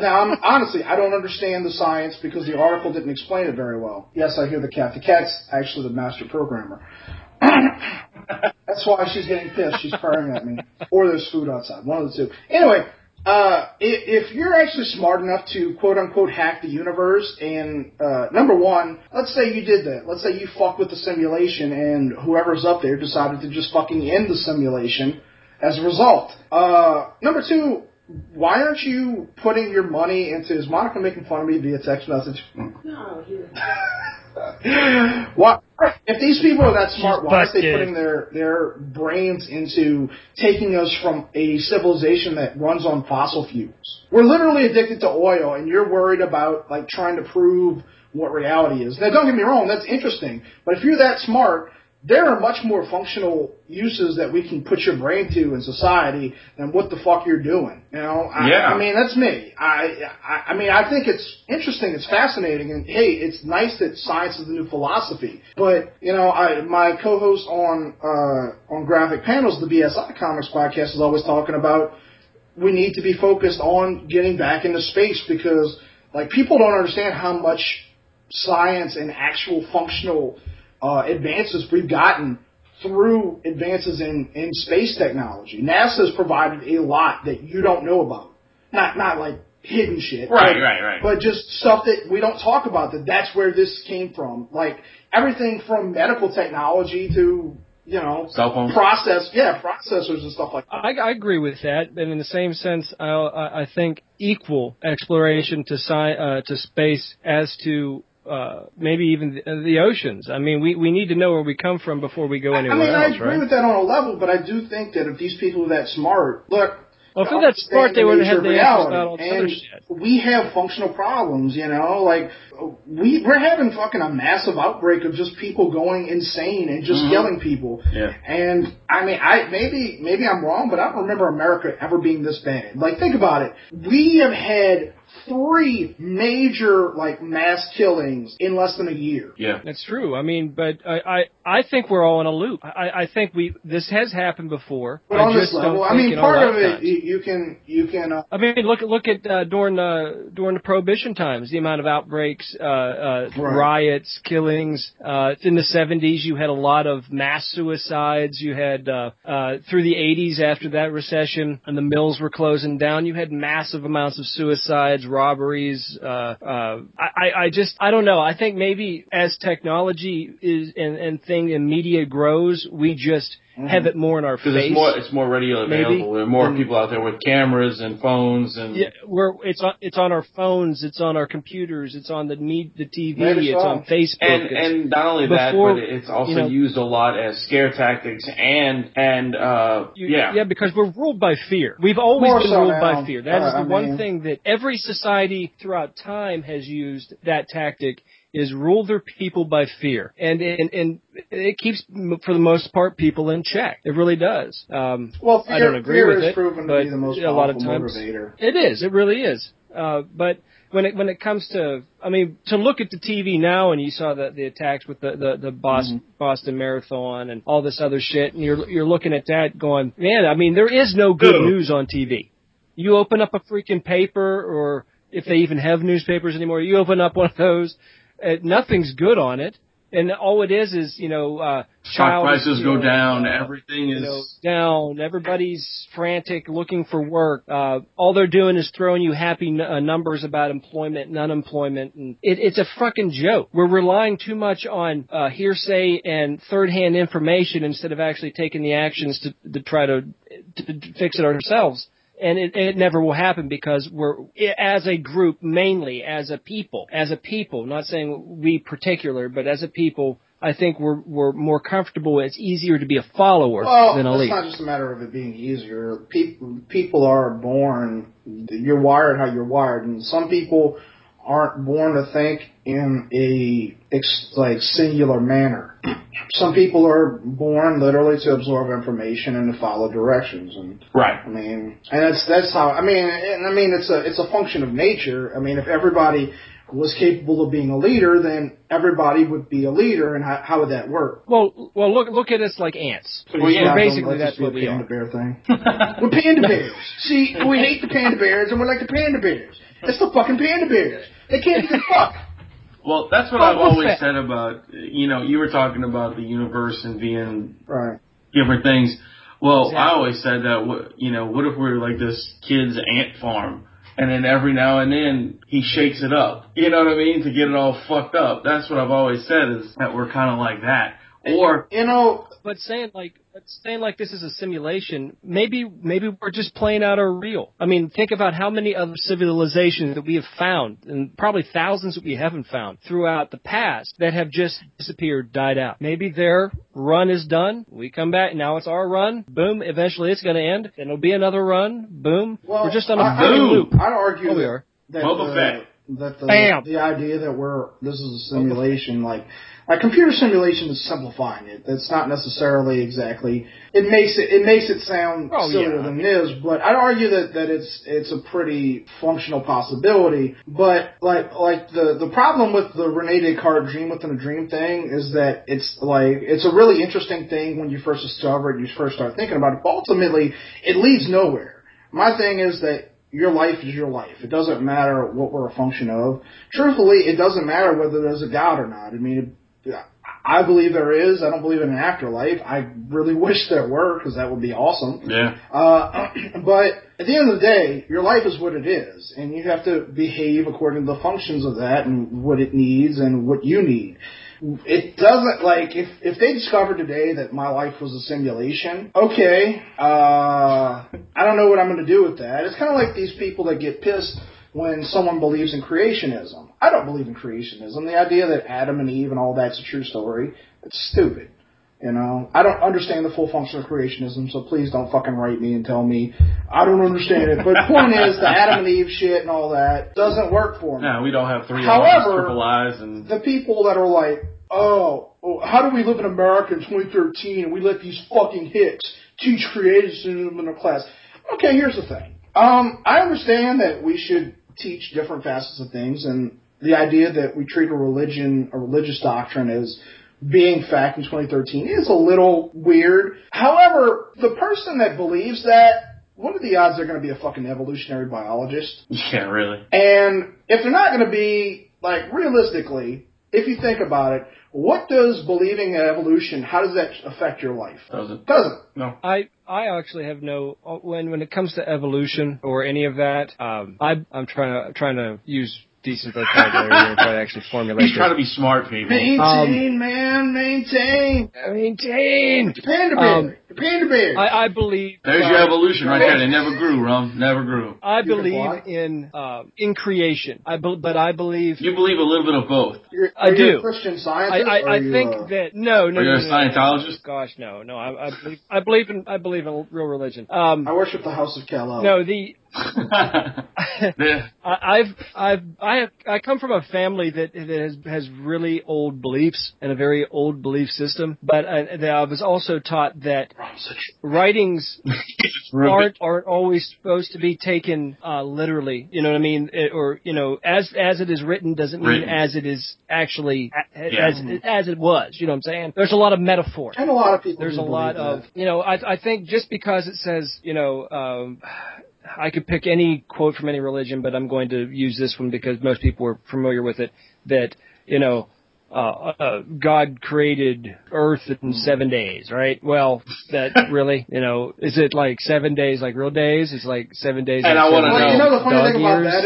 now I'm, honestly, I don't understand the science because the article didn't explain it very well. Yes, I hear the cat. The cat's actually the master programmer. That's why she's getting pissed. She's purring at me. Or there's food outside. One of the two. Anyway, uh, i- if you're actually smart enough to quote unquote hack the universe, and uh, number one, let's say you did that. Let's say you fucked with the simulation, and whoever's up there decided to just fucking end the simulation as a result. Uh, number two, why aren't you putting your money into? Is Monica making fun of me via text message?
No, you.
Why, if these people are that smart, why are they
busted.
putting their their brains into taking us from a civilization that runs on fossil fuels? We're literally addicted to oil, and you're worried about like trying to prove what reality is. Now, don't get me wrong, that's interesting, but if you're that smart. There are much more functional uses that we can put your brain to in society than what the fuck you're doing. You know, I,
Yeah.
I mean, that's me. I, I, I mean, I think it's interesting. It's fascinating, and hey, it's nice that science is the new philosophy. But you know, I, my co-host on uh, on graphic panels, the BSI Comics podcast, is always talking about we need to be focused on getting back into space because like people don't understand how much science and actual functional uh, advances we've gotten through advances in, in space technology. NASA's provided a lot that you don't know about. Not not like hidden shit.
Right,
but-
right, right.
But just stuff that we don't talk about that that's where this came from. Like everything from medical technology to, you know,
Cell phone.
process yeah, processors and stuff like that.
I, I agree with that, and in the same sense, I, I I think equal exploration to sci- uh, to space as to uh, maybe even the, the oceans. I mean, we, we need to know where we come from before we go
I-
anywhere
I mean, I
else,
agree
right?
with that on a level, but I do think that if these people are that smart, look.
Well, if
I
they're that smart,
understand
they
the
wouldn't
nature
have
of
the answers about all
reality,
this other shit.
and We have functional problems, you know. Like we we're having fucking a massive outbreak of just people going insane and
Mm-hmm.
just killing people.
Yeah.
And I mean, I maybe maybe I'm wrong, but I don't remember America ever being this bad. Like, think about it. We have had three major like mass killings in less than a year.
Yeah.
That's true. I mean, but I, I, I think we're all in a loop. I, I think we this has happened before.
But
I
on
just
this level,
don't
I
think
mean,
in our
part of it,
lifetimes.
you, you can you can uh,
I mean, look look at uh, during uh, during the prohibition times, the amount of outbreaks, uh, uh,
Right.
riots, killings. Uh, in the seventies, you had a lot of mass suicides. You had uh, uh, through the eighties after that recession, and the mills were closing down. You had massive amounts of suicides, robberies. Uh, uh, I, I- I just I don't know. I think maybe as technology is and and thing and media grows, we just have it more in our face.
Because it's more it's more readily
Maybe. Mm.
available. There are more people out there with cameras and phones and
yeah, we're it's on it's on our phones, it's on our computers, it's on the need the TV,
Maybe
it's
so.
on Facebook.
and
it's-
and not only that,
before,
but it's also
you know-
used a lot as scare tactics and and uh
you-
yeah.
because we're ruled by fear. We've always
More
been
so
ruled
now.
by fear. That is
Uh, I
the one
mean-
thing that every society throughout time has used that tactic is rule their people by fear, and and and it keeps for the most part people in check. It really does. Um,
Well, fear,
I don't agree
fear
with
is
it,
proven to
but
be the most
a lot of
powerful
times-
motivator.
It is. It really is. Uh, but when it when it comes to, I mean, to look at the TV now, and you saw the the attacks with the the, the Boston,
Mm-hmm.
Boston Marathon and all this other shit, and you're you're looking at that, going, man, I mean, there is no good
Ugh.
news on TV. You open up a freaking paper, or if they even have newspapers anymore, you open up one of those, uh, nothing's good on it, and all it is is you know, uh,
Stock
child
prices go
you know,
down.
uh,
Everything is
you know, down. Everybody's frantic looking for work. Uh, all they're doing is throwing you happy n- uh, numbers about employment and unemployment. And it, it's a fucking joke. We're relying too much on uh, hearsay and third hand information instead of actually taking the actions to, to try to, to, to fix it ourselves. And it, it never will happen because we're, i- as a group, mainly as a people, as a people, not saying we particular, but as a people, I think we're, we're more comfortable. It's easier to be a follower
Well,
than a
it's
leader.
not just a matter of it being easier. People, people are born. You're wired how you're wired, and some people aren't born to think in a ex, like singular manner. Some people are born literally to absorb information and to follow directions, and
right.
I mean, and that's that's how I mean, and I mean it's a it's a function of nature. I mean, if everybody was capable of being a leader, then everybody would be a leader, and how, how would that work?
Well, well, look look at us like ants.
Well, yeah.
We're
Not gonna let
basically
this
that's
be a
what we
panda
are.
bear thing. We're panda bears. See, we hate the panda bears, and we're like the panda bears. It's the fucking panda bears. They can't do fuck.
Well, that's what
Well,
I've
Oh, what's
always
that?
said about you know you were talking about the universe and being
Right.
different things. Well, I
Exactly.
always said that what you know what if we're like this kid's ant farm. And then every now and then he shakes it up. You know what I mean? To get it all fucked up. That's what I've always said is that we're kind of like that. Or
You know,
But saying like but saying like this is a simulation, maybe maybe we're just playing out our real. I mean, think about how many other civilizations that we have found, and probably thousands that we haven't found throughout the past that have just disappeared, died out. Maybe their run is done. We come back now; it's our run. Boom! Eventually, it's going to end. Then it'll be another run. Boom!
well,
we're just on a
I-
fucking
Boom.
loop.
I'd argue
Oh, we
that-
are.
that
Boba
the,
Fett.
that the,
Bam.
the idea that we're this is a simulation like a computer simulation is simplifying it. It's not necessarily exactly it makes it it makes it sound
Oh,
sillier
yeah.
than it is, but I'd argue that, that it's it's a pretty functional possibility. But like like the the problem with the Rene Descartes dream within a dream thing is that it's like it's a really interesting thing when you first discover it, you first start thinking about it, but ultimately it leads nowhere. My thing is that your life is your life. It doesn't matter what we're a function of. Truthfully, it doesn't matter whether there's a God or not. I mean, I believe there is. I don't believe in an afterlife. I really wish there were because that would be awesome.
yeah,
Uh, but at the end of the day, your life is what it is, and you have to behave according to the functions of that and what it needs and what you need. It doesn't like if if they discovered today that my life was a simulation. Okay, uh, I don't know what I'm going to do with that. It's kind of like these people that get pissed when someone believes in creationism. I don't believe in creationism. The idea that Adam and Eve and all that's a true story, it's stupid. You know, I don't understand the full function of creationism, so please don't fucking write me and tell me I don't understand it. But the point is, the Adam and Eve shit and all that doesn't work for me.
no, we don't have three arms,
However,
triple eyes, and
The people that are like, oh, oh, how do we live in America in 2013 and we let these fucking hicks teach creationism in a class? Okay, here's the thing. Um, I understand that we should teach different facets of things, and the idea that we treat a religion, a religious doctrine, as being fact in 2013 is a little weird. However, the person that believes that, what are the odds they're going to be a fucking evolutionary biologist?
yeah, really.
And if they're not going to be, like, realistically, if you think about it, what does believing in evolution, how does that affect your life?
Doesn't
Doesn't.
no.
I I actually have no uh, when when it comes to evolution or any of that. Um, I I'm trying to trying to use decent vocabulary here and try to actually formulate.
He's trying to be smart, people.
Um,
Maintain, man, maintain.
I mean, Dane.
Panda
Um,
bear. Panda bear.
I, I believe. uh,
There's your evolution right there. They never grew, Rum. Never grew.
I
You can
believe
fly.
in uh, in creation. I bel but I believe
You believe a little bit of both.
You're-
I
are you
do.
A Christian
I,
scientist. or
I,
are
I
you,
think
uh,
that no, no,
Are you
no,
a
no, no,
Scientologist?
No, gosh, no, no. I, I believe I believe in I believe in real religion. Um,
I worship the House of Kal-El.
no, the
Yeah.
I, I've I've I have I come from a family that that has has really old beliefs and a very old belief system. But I, that I was also taught that writings aren't aren't always supposed to be taken uh, literally. You know what I mean? It- or you know, as as it is written doesn't mean
Written.
as it is actually eh,
Yeah.
as as it was. You know what I'm saying? There's a lot of metaphor.
And a lot of people.
There's
do
a lot
believe
of
that.
you know. I I think just because it says you know. Um, I could pick any quote from any religion, but I'm going to use this one because most people are familiar with it. That you know, uh, uh, God created Earth
Hmm.
in seven days, right? Well, that really, you know, is it like seven days, like real days? It's like seven days.
And
like
I wanna
seven
Well, you
know,
know the funny
dog
thing about
years?
that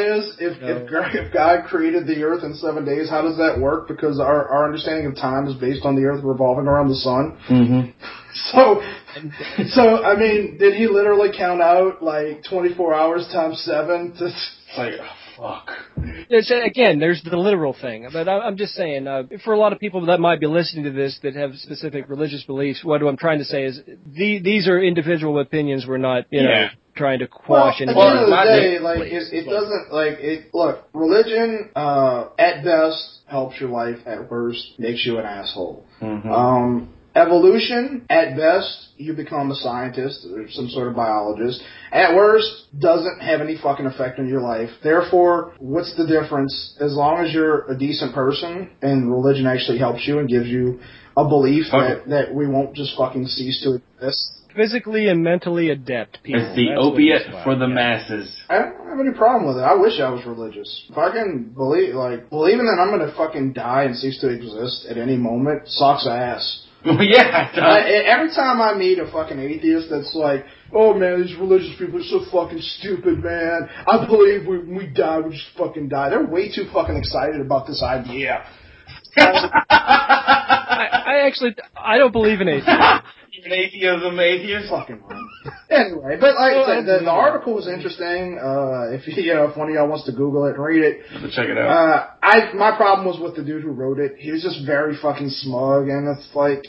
is, if
No.
if, God, if God created the Earth in seven days, how does that work? Because our our understanding of time is based on the Earth revolving around the sun.
Mhm.
So, so I mean, did he literally count out like twenty four hours times seven? To, it's like, oh, fuck.
It's, uh, again, there's the literal thing, but I, I'm just saying uh, for a lot of people that might be listening to this that have specific religious beliefs, what I'm trying to say is the, these are individual opinions. We're not, you know,
Yeah.
trying to quash
well,
any.
at the end of
Well,
the day,
logic,
like
please.
it, it doesn't like it. Look, religion uh, at best helps your life. At worst, makes you an asshole. Um, evolution at best, you become a scientist or some sort of biologist. At worst, doesn't have any fucking effect on your life. Therefore, what's the difference? As long as you're a decent person and religion actually helps you and gives you a belief
Fuck
that, that we won't just fucking cease to exist.
physically and mentally adept people.
It's the
That's what it is
opiate
about.
for the
Yeah.
masses.
I don't have any problem with it. I wish I was religious. Fucking believe, like believing that I'm gonna fucking die and cease to exist at any moment sucks ass.
yeah.
I,
duh.
e- every time I meet a fucking atheist that's like, "Oh man, these religious people are so fucking stupid, man. I believe we we die, we just fucking die." They're way too fucking excited about this idea. Um,
I, I actually I don't believe in atheism.
Even atheism, atheist.
Fucking wrong. Anyway, but like I said, the,
that's-
the article was interesting. Uh, if you know, if one of y'all wants to Google it and read it,
Check it out.
Uh, I my problem was with the dude who wrote it. He was just very fucking smug, and it's like,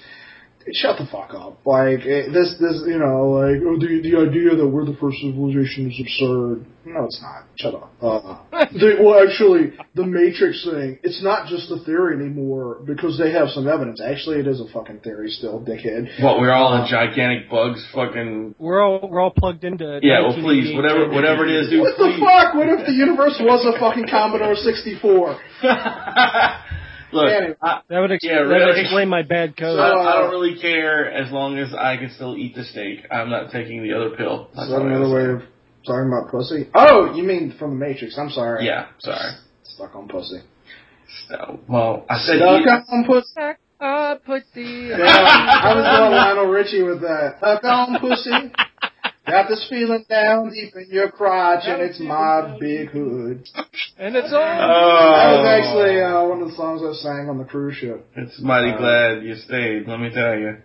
shut the fuck up. Like it, this, this, you know, like oh, the the idea that we're the first civilization is absurd. No, it's not. Shut up. Uh, they, well, actually, the Matrix thing. It's not just a theory anymore because they have some evidence. Actually, it is a fucking theory still, dickhead.
What we're all in gigantic bugs, fucking
We're all we're all plugged into
yeah. Well, please, whatever, whatever it is, dude.
What the
please.
fuck? What if the universe was a fucking Commodore 64?
Look,
Anyway. uh,
I,
That would, ex-
Yeah,
that would
really. Uh,
explain my bad
I
code.
don't, I don't really care as long as I can still eat the steak. I'm not taking the other pill.
Is
That's
that
all I
another
gotta
way
say.
of talking about pussy? Oh, you mean from the Matrix? I'm sorry.
Yeah, sorry.
Stuck on pussy.
So, well, I said
Stuck
eat.
on pussy.
Suck a pussy.
Yeah, I was going Lionel Richie with that. Stuck on pussy. Got this feeling down deep in your crotch, and it's my big hood.
and it's all.
That was
Oh,
actually uh, one of the songs I sang on the cruise ship.
It's mighty
Uh,
glad you stayed. Let me tell you.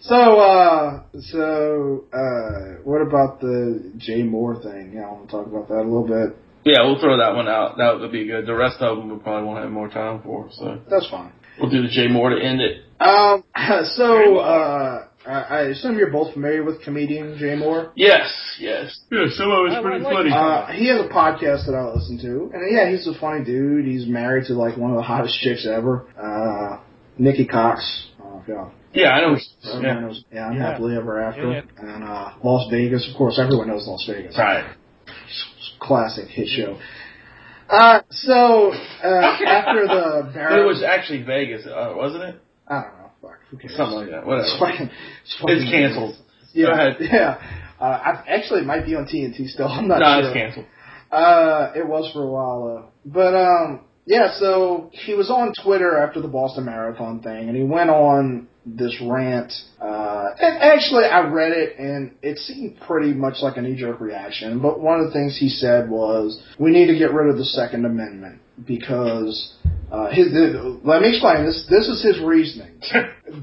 so, uh, so, uh, what about the Jay Moore thing? Yeah, I want to talk about that a little bit.
Yeah, we'll throw that one out. That would be good. The rest of them we probably won't have more time for. So
That's fine.
we'll do the J Moore to end it.
Um, so, uh, I I assume you're both familiar with comedian Jay Moore.
Yes, yes. Yeah, some of
I- I like that.
Uh, he has a podcast that I listen to, and yeah, he's a funny dude. He's married to like one of the hottest chicks ever, uh, Nikki Cox. Oh god,
yeah, I know.
everyone
Yeah.
knows. Yeah, I'm
Yeah.
happily ever after,
Yeah,
and uh, Las Vegas. Of course, everyone knows Las Vegas.
Right.
Classic hit show. Uh, so uh, after the
It
Barrett,
was actually Vegas, uh, wasn't it?
I don't know, fuck, who cares?
Something like that.
It's
Whatever.
fucking, it's fucking
It's canceled.
Yeah,
Go ahead.
yeah. Uh, I actually it might be on TNT still. I'm not
No,
sure.
it's canceled.
Uh, it was for a while though. But um, yeah. So he was on Twitter after the Boston Marathon thing, and he went on this rant. Uh, and actually, I read it, and it seemed pretty much like a knee-jerk reaction. But one of the things he said was, "We need to get rid of the Second Amendment because." Uh, his, let me explain this. This is his reasoning.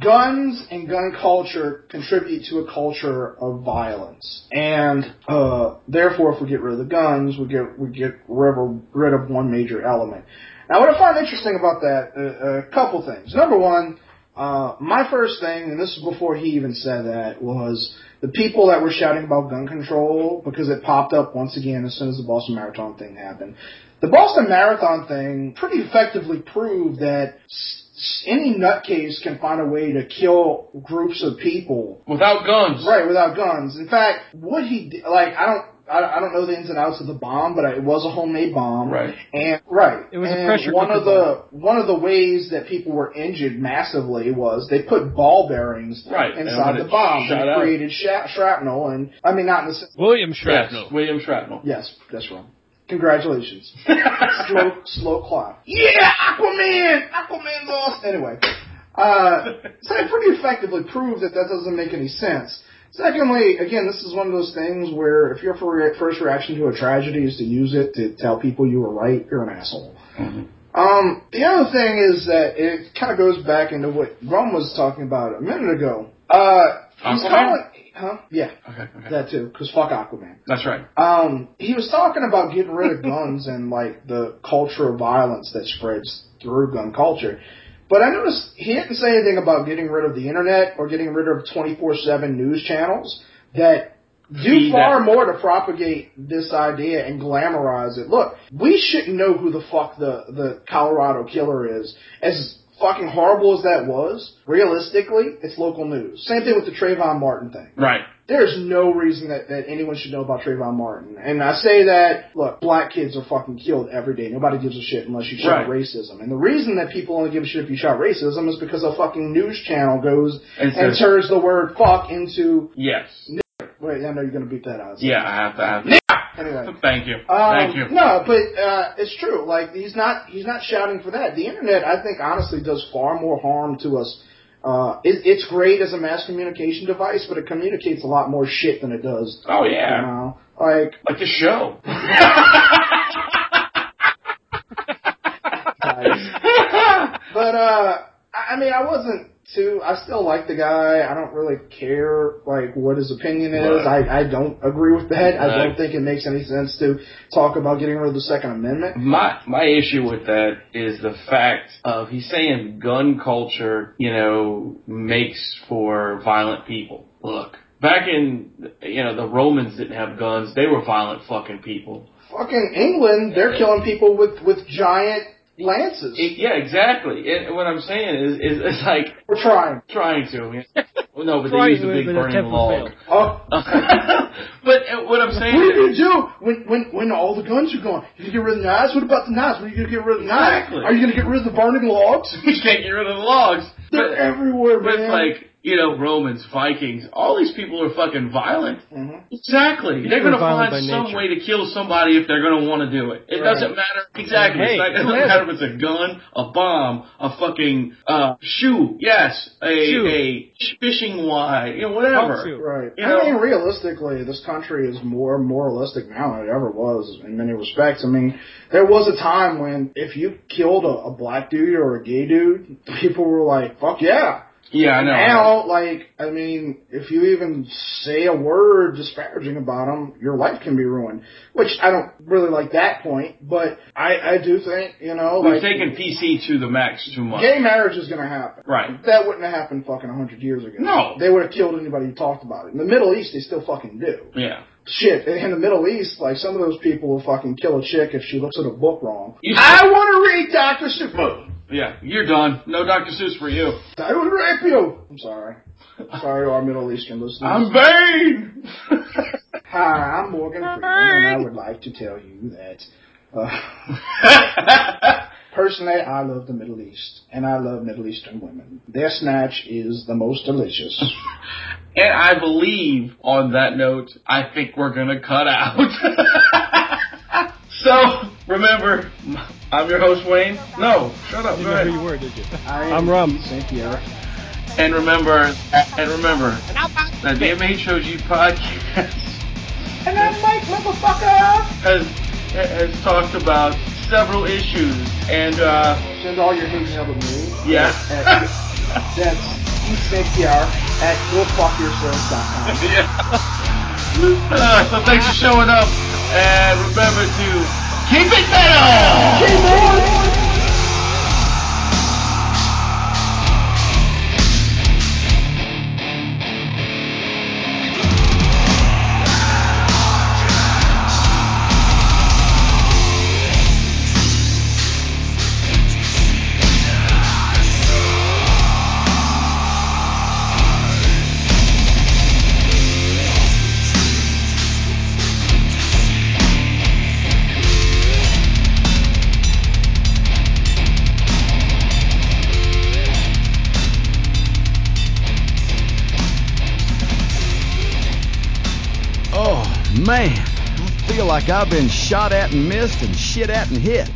guns and gun culture contribute to a culture of violence, and uh, therefore, if we get rid of the guns, we get we get rid of, rid of one major element. Now, what I find interesting about that, uh, a couple things. Number one, uh, my first thing, and this is before he even said that, was the people that were shouting about gun control because it popped up once again as soon as the Boston Marathon thing happened. The Boston Marathon thing pretty effectively proved that s- any nutcase can find a way to kill groups of people,
Without guns.
right, without guns. In fact, what he did, like, I don't. I I don't know the ins and outs of the bomb, but it was a homemade bomb.
Right.
And right.
It was a
and
pressure
one
cooker
of the one of the ways that people were injured massively was they put ball bearings
Right, and
inside
when
the
it
bomb
shot
and it
out.
created sha- shrapnel and I mean not in the sense
William
Yes,
Shrapnel.
William Shrapnel.
Yes, that's wrong. Congratulations. slow slow clap. Yeah, Aquaman! Aquaman's awesome anyway. Uh, so it pretty effectively proved that that doesn't make any sense. Secondly, again, this is one of those things where if your fir- first reaction to a tragedy is to use it to tell people you were right, you're an asshole. Um, the other thing is that it kind of goes back into what Rome was talking about a minute ago. Uh, he's
Aquaman?
calling, huh? Yeah,
Okay, okay.
that too, because fuck Aquaman.
That's right.
Um, he was talking about getting rid of guns and like the culture of violence that spreads through gun culture. But I noticed he didn't say anything about getting rid of the internet or getting rid of 24/7 news channels that do
Feed
far
that-
more to propagate this idea and glamorize it. Look, we shouldn't know who the fuck the the Colorado killer is. As fucking horrible as that was, realistically, it's local news. Same thing with the Trayvon Martin thing.
Right.
There's no reason that, that anyone should know about Trayvon Martin. And I say that, look, black kids are fucking killed every day. Nobody gives a shit unless you shout
Right.
racism. And the reason that people only give a shit if you shout racism is because a fucking news channel goes
It
and
says-
turns the word fuck into.
yes.
Wait, I know you're going to beat that out.
Yeah, I have to have to.
Anyway.
Thank you.
Um,
Thank you.
No, but uh, it's true. Like he's not he's not shouting for that. The internet, I think, honestly, does far more harm to us. Uh, it, it's great as a mass communication device, but it communicates a lot more shit than it does.
Oh
You
yeah.
know, like
Like the show.
guys. but uh, I I mean, I wasn't too. I still like the guy. I don't really care like what his opinion is.
Right.
I I don't agree with that. I
Right.
don't think it makes any sense to talk about getting rid of the Second Amendment.
My my issue with that is the fact of he's saying gun culture, you know, makes for violent people. Look, back in you know the Romans didn't have guns; they were violent fucking people.
fucking England, they're killing people with with giant lances.
It, yeah, exactly. It, what I'm saying is, is it's like
We're trying.
trying to. Well, no, but they
Trying
use a
to,
big
but
burning
attempt
log.
was
Oh.
but uh, what I'm
What are
saying
you gonna do when when when all the guns are gone? You gonna get rid of the knives? What about the knives? When are you gonna get rid of the knives?
Exactly.
Are you gonna get rid of the burning logs?
is you can't get rid of the logs.
They're
But-
everywhere,
But
man.
like, you know, Romans, Vikings, all these people are fucking violent.
Mhm.
Exactly. They're going
People are
to
violent
find
by
some
nature.
way to kill somebody if they're going to want to do it. It
Right.
doesn't matter. Exactly. It's
Hey,
not- it doesn't
listen.
matter if it's a gun, a bomb, a fucking uh, shoe. Yes, a
Shoe.
a fishing wire. You know,
Pump
whatever.
shoe.
Right.
You
I
know-
mean, realistically, this country is more moralistic now than it ever was in many respects. I mean, there was a time when if you killed a, a black dude or a gay dude, people were like, "Fuck yeah!"
Yeah, I know.
Now, like, I mean, if you even say a word disparaging about them, your life can be ruined. Which I don't really like that point, but I, I do think, you know,
We've
like,
taken PC to the max too much.
gay marriage is going to happen.
Right.
That wouldn't have happened fucking 100 years ago.
No.
They would have killed anybody who talked about it. In the Middle East, they still fucking do.
Yeah.
Shit, in in the Middle East, like, some of those people will fucking kill a chick if she looks at a book wrong.
You-
I want to read Dr. Seuss.
Yeah. You're done. No Dr. Seuss for you.
I would rape you. I'm sorry. Sorry to our Middle Eastern listeners.
I'm vain.
Hi, I'm Morgan Freeman, and I would like to tell you that uh, personally, I love the Middle East, and I love Middle Eastern women. Their snatch is the most delicious.
And I believe on that note, I think we're going to cut out. so remember, I'm your host, Wayne. No, shut up.
Didn't
Go
know who you
ahead.
were, did you?
I am
I'm Rum.
Saint Pierre.
And remember, and remember, that the MHOG podcast
And I'm Mike, motherfucker!
has, has talked about several issues. And, uh,
Send all your hate mail to me.
yeah.
That's E Keith St. Pierre at gofuckyourself.com.
Uh, so thanks for showing up, and remember to keep it metal.
Oh, man. I feel like I've been shot at and missed and shit at and hit.